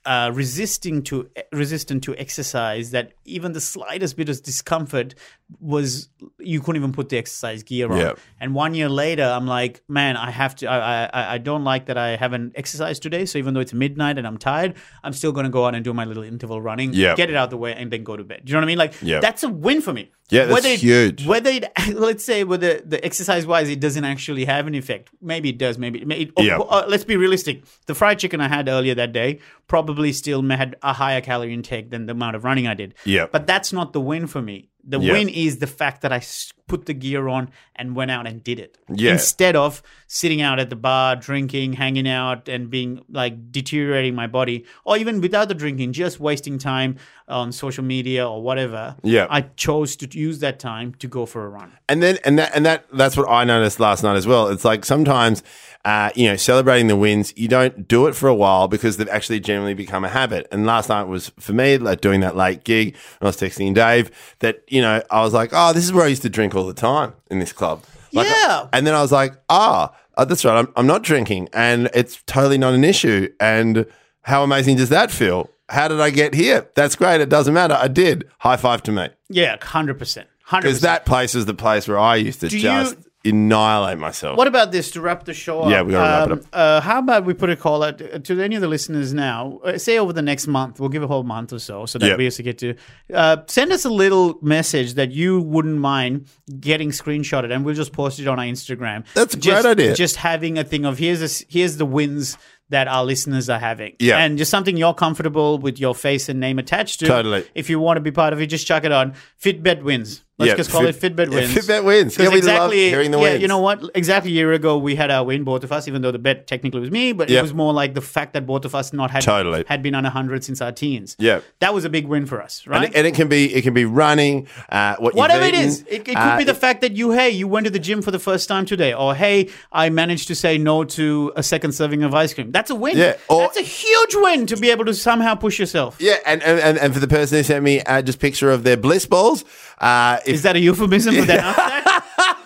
Speaker 3: uh, resisting to resistant to exercise that even the slightest bit of discomfort was you couldn't even put the exercise gear on.
Speaker 2: Yeah.
Speaker 3: And one year later, I'm like, man, I have to. I, I- I I don't like that I haven't exercised today. So even though it's midnight and I'm tired, I'm still going to go out and do my little interval running.
Speaker 2: Yeah.
Speaker 3: Get it out of the way and then go to bed. Do you know what I mean? Like
Speaker 2: Yeah.
Speaker 3: that's a win for me
Speaker 2: Yeah, that's
Speaker 3: whether it,
Speaker 2: huge.
Speaker 3: Whether it, let's say, whether the exercise wise, it doesn't actually have an effect. Maybe it does. Maybe. It, oh,
Speaker 2: Yeah.
Speaker 3: uh, let's be realistic. The fried chicken I had earlier that day probably still ma- had a higher calorie intake than the amount of running I did.
Speaker 2: Yeah.
Speaker 3: But that's not the win for me. The
Speaker 2: Yeah.
Speaker 3: win is the fact that I s- put the gear on and went out and did it.
Speaker 2: Yeah.
Speaker 3: Instead of sitting out at the bar, drinking, hanging out, and being like deteriorating my body, or even without the drinking, just wasting time on social media or whatever.
Speaker 2: Yeah.
Speaker 3: I chose to use that time to go for a run.
Speaker 2: And then and that and that that's what I noticed last night as well. It's like sometimes uh, you know, celebrating the wins, you don't do it for a while because they've actually generally become a habit. And last night was for me like doing that late gig. And I was texting Dave that you know I was like, oh, this is where I used to drink all the time in this club. Like,
Speaker 3: Yeah.
Speaker 2: And then I was like, ah, oh, that's right. I'm, I'm not drinking, and it's totally not an issue. And how amazing does that feel? How did I get here? That's great. It doesn't matter. I did. High five to me.
Speaker 3: Yeah, hundred percent. Hundred
Speaker 2: Because
Speaker 3: percent.
Speaker 2: that place is the place where I used to
Speaker 3: Do you-
Speaker 2: just annihilate myself.
Speaker 3: What about this to wrap the show up?
Speaker 2: Yeah, we gotta wrap it
Speaker 3: up. Uh, how about we put a call out to- to any of the listeners now? Uh, say over the next month, we'll give a whole month or so, so that
Speaker 2: Yep.
Speaker 3: we also get to uh, send us a little message that you wouldn't mind getting screenshotted, and we'll just post it on our Instagram.
Speaker 2: That's a
Speaker 3: just,
Speaker 2: great idea.
Speaker 3: Just having a thing of here's a s here's the wins that our listeners are having,
Speaker 2: Yeah.
Speaker 3: and just something you're comfortable with your face and name attached to.
Speaker 2: Totally.
Speaker 3: If you want to be part of it, just chuck it on Fitbit wins. Let's
Speaker 2: Yeah,
Speaker 3: just call
Speaker 2: Fit-
Speaker 3: it Fitbit
Speaker 2: yeah,
Speaker 3: wins.
Speaker 2: Fitbit wins.
Speaker 3: 'Cause
Speaker 2: Yeah, we love
Speaker 3: exactly.
Speaker 2: hearing the
Speaker 3: yeah,
Speaker 2: wins.
Speaker 3: you know what? Exactly a year ago, we had our win, both of us, even though the bet technically was me, but
Speaker 2: Yeah.
Speaker 3: it was more like the fact that both of us not had
Speaker 2: Totally.
Speaker 3: had been under hundred since our teens.
Speaker 2: Yeah.
Speaker 3: that was a big win for us, right?
Speaker 2: And, it, and it can be it can be running, uh, what you've
Speaker 3: Whatever it
Speaker 2: eaten,
Speaker 3: is, it, it could
Speaker 2: uh,
Speaker 3: be the fact that you, hey, you went to the gym for the first time today, or hey, I managed to say no to a second serving of ice cream. That's a win.
Speaker 2: Yeah, or-
Speaker 3: That's a huge win to be able to somehow push yourself.
Speaker 2: Yeah, and, and, and, and for the person who sent me uh, just picture of their bliss balls, uh, if
Speaker 3: Is that a euphemism for that?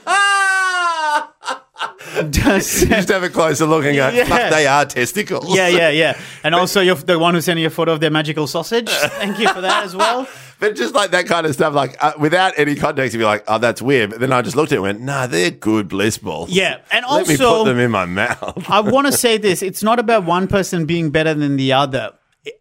Speaker 2: Ah!
Speaker 3: Does-
Speaker 2: just have a closer look and go,
Speaker 3: Yeah.
Speaker 2: fuck, they are testicles.
Speaker 3: yeah, yeah, yeah. And also, you're the one who sent me a photo of their magical sausage. Thank you for that as well.
Speaker 2: But just like that kind of stuff, like uh, without any context, you'd be like, oh, that's weird. But then I just looked at it and went, nah, they're good bliss balls.
Speaker 3: Yeah, and
Speaker 2: Let me
Speaker 3: also-
Speaker 2: put them in my mouth.
Speaker 3: I want to say this it's not about one person being better than the other.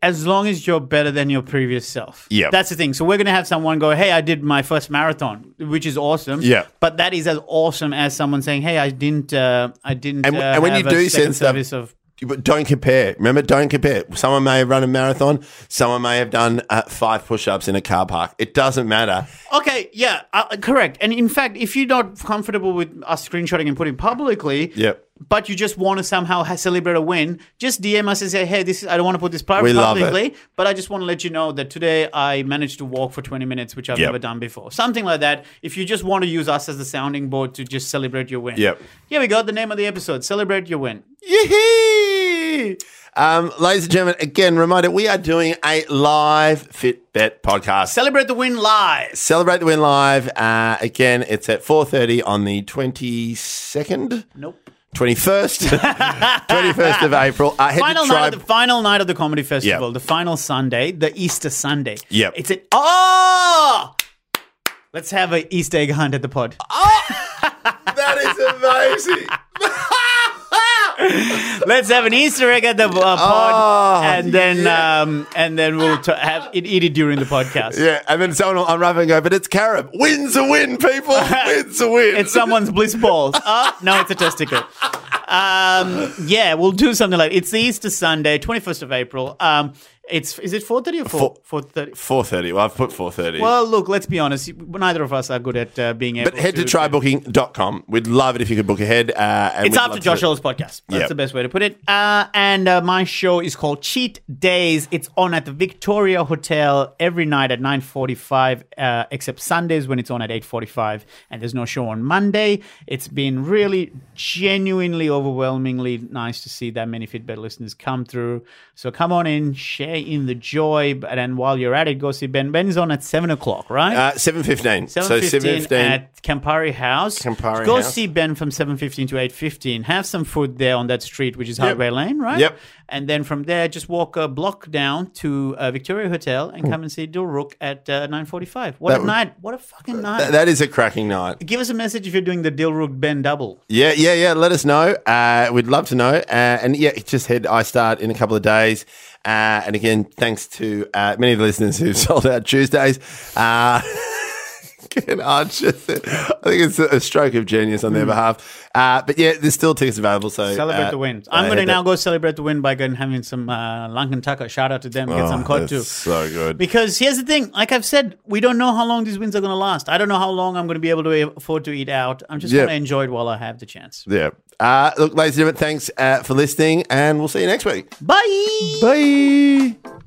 Speaker 3: As long as you're better than your previous self.
Speaker 2: Yeah.
Speaker 3: That's the thing. So we're going to have someone go, hey, I did my first marathon, which is awesome.
Speaker 2: Yeah.
Speaker 3: But that is as awesome as someone saying, hey, I didn't, uh, I didn't,
Speaker 2: And w-
Speaker 3: uh,
Speaker 2: and when
Speaker 3: have
Speaker 2: you
Speaker 3: a
Speaker 2: do
Speaker 3: second
Speaker 2: send stuff-
Speaker 3: service of
Speaker 2: But don't compare. Remember, don't compare. Someone may have run a marathon. Someone may have done uh, five push-ups in a car park. It doesn't matter.
Speaker 3: Okay, yeah, uh, correct. And in fact, if you're not comfortable with us screenshotting and putting publicly,
Speaker 2: Yep.
Speaker 3: but you just want to somehow ha- celebrate a win, just DM us and say, "Hey, this is, I don't want to put this pri-
Speaker 2: We love it.
Speaker 3: publicly, but I just want to let you know that today I managed to walk for 20 minutes, which I've
Speaker 2: Yep.
Speaker 3: never done before." Something like that. If you just want to use us as the sounding board to just celebrate your win.
Speaker 2: Yep.
Speaker 3: Here we go. The name of the episode: Celebrate Your Win.
Speaker 2: Yee! Um, ladies and gentlemen, again, reminder, we are doing a live Fitbet podcast.
Speaker 3: Celebrate the win lies.
Speaker 2: Celebrate the win live. Uh, again, it's at 4.30 on the 22nd,
Speaker 3: Nope.
Speaker 2: 21st, 21st of April. Uh, head
Speaker 3: Final
Speaker 2: to
Speaker 3: night,
Speaker 2: tribe.
Speaker 3: of the final night of the comedy festival, the final Sunday, the Easter Sunday.
Speaker 2: Yep.
Speaker 3: It's an oh. Let's have an Easter egg hunt at the pod.
Speaker 2: Oh! that is amazing.
Speaker 3: Let's have an Easter egg at the uh, pod,
Speaker 2: Oh,
Speaker 3: and then um, and then we'll t- have it eat it during the podcast.
Speaker 2: yeah, and then someone will unravel and go, but it's Carib. Win's a win, people. Win's a win.
Speaker 3: It's someone's bliss balls. Oh, no, it's a testicle. Um, yeah, we'll do something like it's the Easter Sunday, twenty first of April. Um, it's is it four thirty or four four thirty?
Speaker 2: 4.30. Well, I've put 4.30.
Speaker 3: Well, look, let's be honest. Neither of us are good at uh, being able.
Speaker 2: but head to
Speaker 3: to
Speaker 2: trybooking.com. We'd love it if you could book ahead. Uh, and
Speaker 3: It's
Speaker 2: we'd
Speaker 3: after
Speaker 2: love
Speaker 3: Josh
Speaker 2: to-
Speaker 3: Earl's podcast. That's
Speaker 2: Yeah.
Speaker 3: the best way to put it. Uh, and uh, my show is called Cheat Days. It's on at the Victoria Hotel every night at 9.45, uh, except Sundays when it's on at 8.45. And there's no show on Monday. It's been really genuinely, overwhelmingly nice to see that many Fitbit listeners come through. So come on in, share in the joy. And then while you're at it, go see Ben. Ben's on at 7 o'clock, right?
Speaker 2: Uh, 7.15. So
Speaker 3: 7.15 at Campari House.
Speaker 2: Campari
Speaker 3: Go
Speaker 2: House.
Speaker 3: see Ben from 7.15 to 8.15. Have some food there on that street, which is
Speaker 2: Yep.
Speaker 3: Highway Lane, right?
Speaker 2: Yep.
Speaker 3: And then from there, just walk a block down to uh, Victoria Hotel and come and see Dilrook at uh, 9.45. What
Speaker 2: Hmm. That
Speaker 3: a
Speaker 2: would-
Speaker 3: night. What a fucking night.
Speaker 2: Th- that is a cracking night.
Speaker 3: Give us a message if you're doing the Dilrook Ben double.
Speaker 2: Yeah, yeah, yeah. Let us know. Uh, we'd love to know. Uh, and yeah, it's just head I start in a couple of days. Uh, and again, thanks to uh, many of the listeners who've sold out Tuesdays. Uh, again, I just- I think it's a stroke of genius on their behalf. Uh, but yeah, there's still tickets available. So
Speaker 3: Hmm. Celebrate
Speaker 2: uh,
Speaker 3: the win. I'm
Speaker 2: uh,
Speaker 3: going to
Speaker 2: head
Speaker 3: now
Speaker 2: to-
Speaker 3: go celebrate the win by going having some uh, Lankan Tucker. Shout out to them. Get some
Speaker 2: Oh,
Speaker 3: cod
Speaker 2: that's
Speaker 3: too.
Speaker 2: So good.
Speaker 3: Because here's the thing, like I've said, we don't know how long these wins are going to last. I don't know how long I'm going to be able to afford to eat out. I'm just
Speaker 2: Yeah.
Speaker 3: going to enjoy it while I have the chance.
Speaker 2: yeah. Uh, look, ladies and gentlemen, thanks uh, for listening, and we'll see you next week.
Speaker 3: Bye.
Speaker 2: Bye.